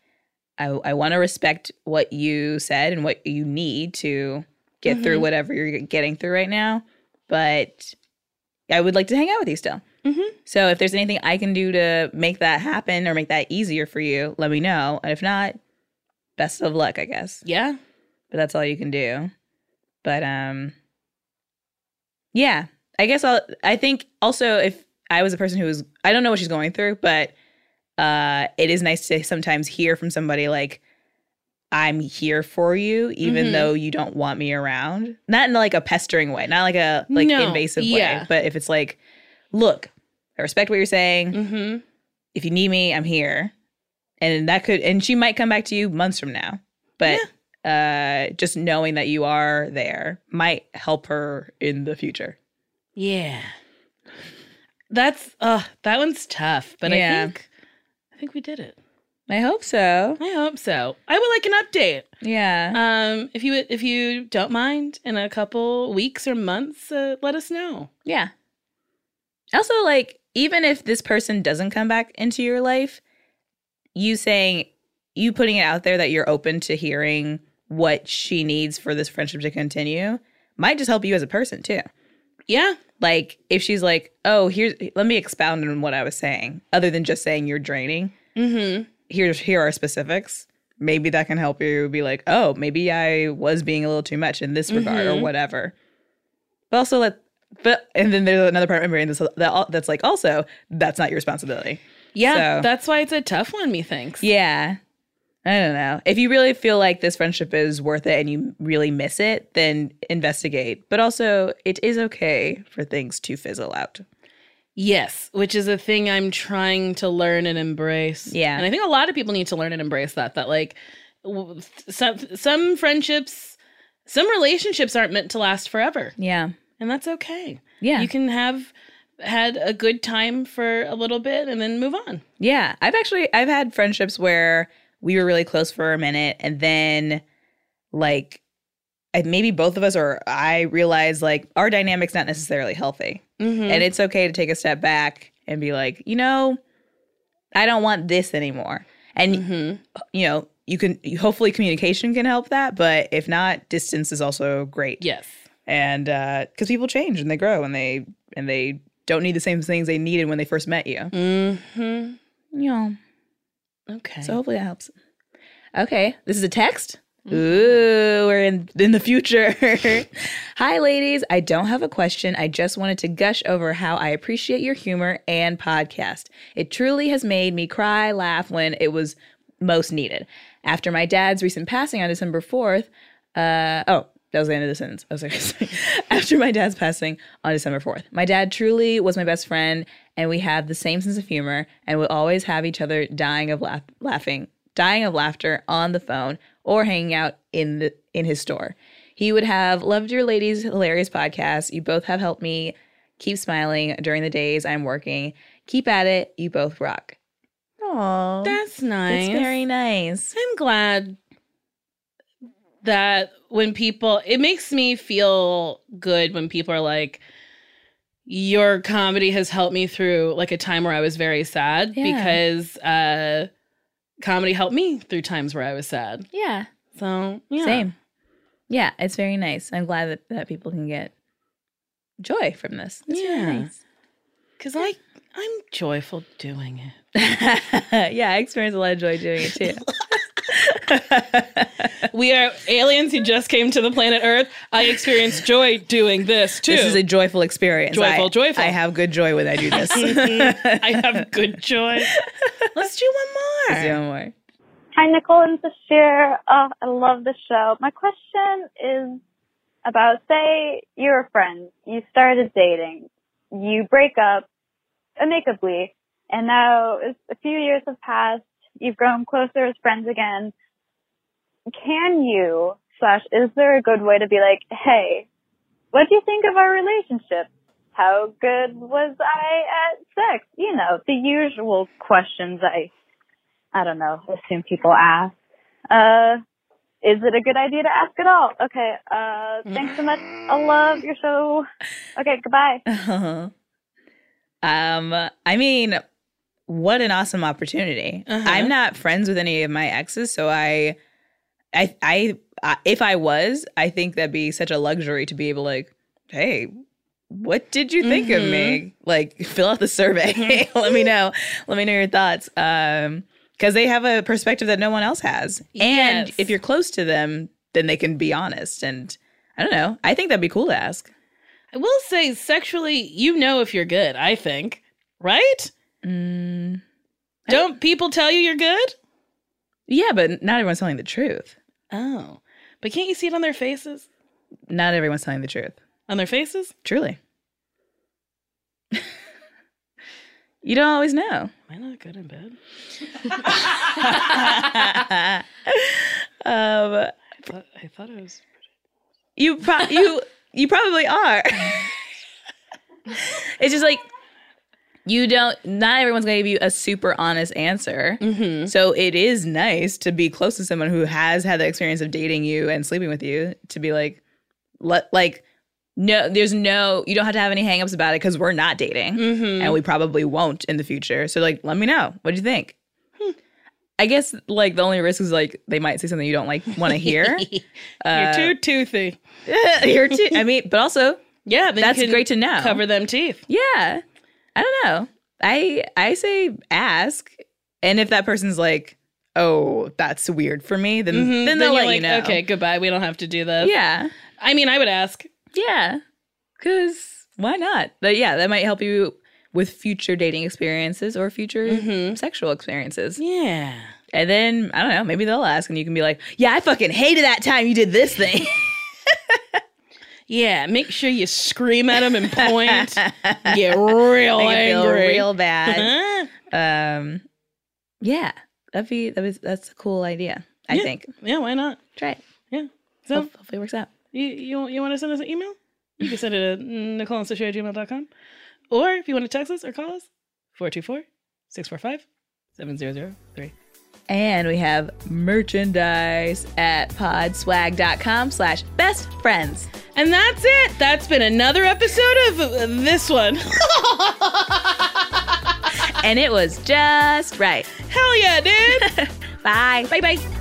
Speaker 1: I, I want to respect what you said and what you need to get through whatever you're getting through right now. But I would like to hang out with you still.
Speaker 2: Mhm.
Speaker 1: So if there's anything I can do to make that happen or make that easier for you, let me know. And if not, best of luck, I guess.
Speaker 2: Yeah.
Speaker 1: But that's all you can do. But um yeah, I guess I'll I think also if I was a person who was I don't know what she's going through, but uh it is nice to sometimes hear from somebody like I'm here for you even
Speaker 2: Mhm.
Speaker 1: though you don't want me around. Not in like a pestering way, not like a like
Speaker 2: No,
Speaker 1: invasive
Speaker 2: yeah.
Speaker 1: way, but if it's like look, I respect what you're saying.
Speaker 2: hmm
Speaker 1: If you need me, I'm here. And that could and she might come back to you months from now. But uh just knowing that you are there might help her in the future.
Speaker 2: Yeah. That's uh that one's tough, but
Speaker 1: Yeah.
Speaker 2: I think I think we did it.
Speaker 1: I hope so. Uh,
Speaker 2: I hope so. I would like an update.
Speaker 1: Yeah.
Speaker 2: Um, if you if you don't mind, in a couple weeks or months, uh, let us know.
Speaker 1: Yeah. Also, like, even if this person doesn't come back into your life, you saying, you putting it out there that you're open to hearing what she needs for this friendship to continue might just help you as a person, too.
Speaker 2: Yeah,
Speaker 1: Like, if she's like, oh, here's, let me expound on what I was saying, other than just saying you're draining,
Speaker 2: mm-hmm.
Speaker 1: here's, here are specifics. Maybe that can help you be like, oh, maybe I was being a little too much in this regard or
Speaker 2: Mhm.
Speaker 1: whatever. But also let but and then there's another part of my brain that's that al- that's like also that's not your responsibility.
Speaker 2: yeah.
Speaker 1: So-
Speaker 2: That's why it's a tough one, methinks.
Speaker 1: Yeah. I don't know. If you really feel like this friendship is worth it and you really miss it, then investigate. But also, it is okay for things to fizzle out.
Speaker 2: Yes, which is a thing I'm trying to learn and embrace.
Speaker 1: Yeah.
Speaker 2: and I think a lot of people need to learn and embrace that. That like w- some some friendships, some relationships aren't meant to last forever,
Speaker 1: Yeah.
Speaker 2: and that's okay.
Speaker 1: Yeah.
Speaker 2: You can have had a good time for a little bit and then move on.
Speaker 1: Yeah, I've actually I've had friendships where we were really close for a minute and then like I- maybe both of us or I realized like our dynamic's not necessarily healthy.
Speaker 2: Mm-hmm.
Speaker 1: And it's okay to take a step back and be like, "You know, I don't want this anymore." And
Speaker 2: mm-hmm.
Speaker 1: you know, you can hopefully communication can help that, but if not, distance is also great.
Speaker 2: Yes.
Speaker 1: And uh cuz people change and they grow and they and they don't need the same things they needed when they first met you.
Speaker 2: Mm-hmm.
Speaker 1: Yeah.
Speaker 2: Okay.
Speaker 1: So hopefully that helps. Mm-hmm. Okay, this is a text. Ooh, we're in in the future. Hi, ladies. I don't have a question. I just wanted to gush over how I appreciate your humor and podcast. It truly has made me cry, laugh when it was most needed. After my dad's recent passing on December fourth, uh, oh, that was the end of the sentence. I was like, sorry. after my dad's passing on December 4th, my dad truly was my best friend, and we have the same sense of humor and would always have each other dying of laugh- laughing, dying of laughter on the phone or hanging out in the in his store. He would have loved your ladies' hilarious podcast. You both have helped me keep smiling during the days I'm working. Keep at it. You both rock. Oh,
Speaker 2: That's nice.
Speaker 1: very nice.
Speaker 2: I'm glad that when people, it makes me feel good when people are like, your comedy has helped me through like a time where I was very sad
Speaker 1: Yeah.
Speaker 2: because uh, comedy helped me through times where I was sad.
Speaker 1: Yeah.
Speaker 2: So yeah.
Speaker 1: Same. Yeah, it's very nice. I'm glad that, that people can get joy from this. It's yeah.
Speaker 2: Yeah.
Speaker 1: Really nice.
Speaker 2: Cause I I'm joyful doing it.
Speaker 1: yeah, I experienced a lot of joy doing it too.
Speaker 2: We are aliens who just came to the planet Earth. I experience joy doing this too.
Speaker 1: This is a joyful experience.
Speaker 2: Joyful,
Speaker 1: I,
Speaker 2: joyful.
Speaker 1: I have good joy when I do this.
Speaker 2: I have good joy. Let's do one more.
Speaker 1: Let's do one more.
Speaker 9: Hi, Nicole and Sashir. Oh, I love the show. My question is about, say, you're friends. You started dating. You break up amicably. And now it's a few years have passed. You've grown closer as friends again. Can you, slash, is there a good way to be like, hey, what do you think of our relationship? How good was I at sex? You know, the usual questions I I don't know, assume people ask. Uh, is it a good idea to ask at all? Okay, uh, thanks so much. I love your show. Okay, goodbye.
Speaker 1: um, I mean, what an awesome opportunity.
Speaker 2: Uh-huh.
Speaker 1: I'm not friends with any of my exes, so I, I, I, I, if I was, I think that'd be such a luxury to be able, to like, hey, what did you think of
Speaker 2: Mm-hmm.
Speaker 1: me? Like, fill out the survey. Let me know. Let me know your thoughts. Um, because they have a perspective that no one else has, and
Speaker 2: Yes.
Speaker 1: if you're close to them, then they can be honest. And I don't know. I think that'd be cool to ask.
Speaker 2: I will say sexually, you know if you're good, I think. Right?
Speaker 1: Mm.
Speaker 2: Don't people tell you you're good?
Speaker 1: Yeah, but not everyone's telling the truth.
Speaker 2: Oh. But can't you see it on their faces?
Speaker 1: Not everyone's telling the truth.
Speaker 2: On their faces?
Speaker 1: Truly. you don't always know.
Speaker 2: Am I not good in bed?
Speaker 1: um,
Speaker 2: I thought I thought I was
Speaker 1: you pro- you you probably are. it's just like you don't not everyone's going to give you a super honest answer.
Speaker 2: mm-hmm.
Speaker 1: So it is nice to be close to someone who has had the experience of dating you and sleeping with you to be like, let like, no, there's no, you don't have to have any hangups about it because we're not dating
Speaker 2: Mm-hmm.
Speaker 1: and we probably won't in the future. So like, let me know. What do you think? I guess like the only risk is like they might say something you don't like want to hear. Uh,
Speaker 2: you're too toothy.
Speaker 1: you're too. I mean, but also
Speaker 2: Yeah, then you
Speaker 1: that's
Speaker 2: can
Speaker 1: great to know.
Speaker 2: cover them teeth.
Speaker 1: Yeah. I don't know. I I say ask. And if that person's like, "Oh, that's weird for me," then
Speaker 2: Mhm.
Speaker 1: then they'll
Speaker 2: you're
Speaker 1: let you know.
Speaker 2: like, Okay, goodbye. We don't have to do this.
Speaker 1: Yeah.
Speaker 2: I mean, I would ask.
Speaker 1: Yeah. Cuz why not? But yeah, that might help you with future dating experiences or future
Speaker 2: Mhm.
Speaker 1: sexual experiences.
Speaker 2: Yeah.
Speaker 1: And then, I don't know, maybe they'll ask and you can be like, "Yeah, I fucking hated that time you did this thing."
Speaker 2: Yeah. Make sure you scream at them and point. Get real
Speaker 1: Make it feel
Speaker 2: angry. Uh-huh.
Speaker 1: real bad.
Speaker 2: Huh?
Speaker 1: um yeah. That'd be that was that's a cool idea, I
Speaker 2: Yeah.
Speaker 1: think.
Speaker 2: yeah, why not?
Speaker 1: Try it.
Speaker 2: So
Speaker 1: Hope- hopefully it works out.
Speaker 2: You you, you want to send us an email? You can send it to nicoleandsashay@gmail.com. Or if you want to text us or call us, 424-645-7003.
Speaker 1: And we have merchandise at podswag.com slash best friends.
Speaker 2: And that's it. That's been another episode of uh, this one.
Speaker 1: And it was just right.
Speaker 2: Hell yeah, dude.
Speaker 1: Bye. Bye bye.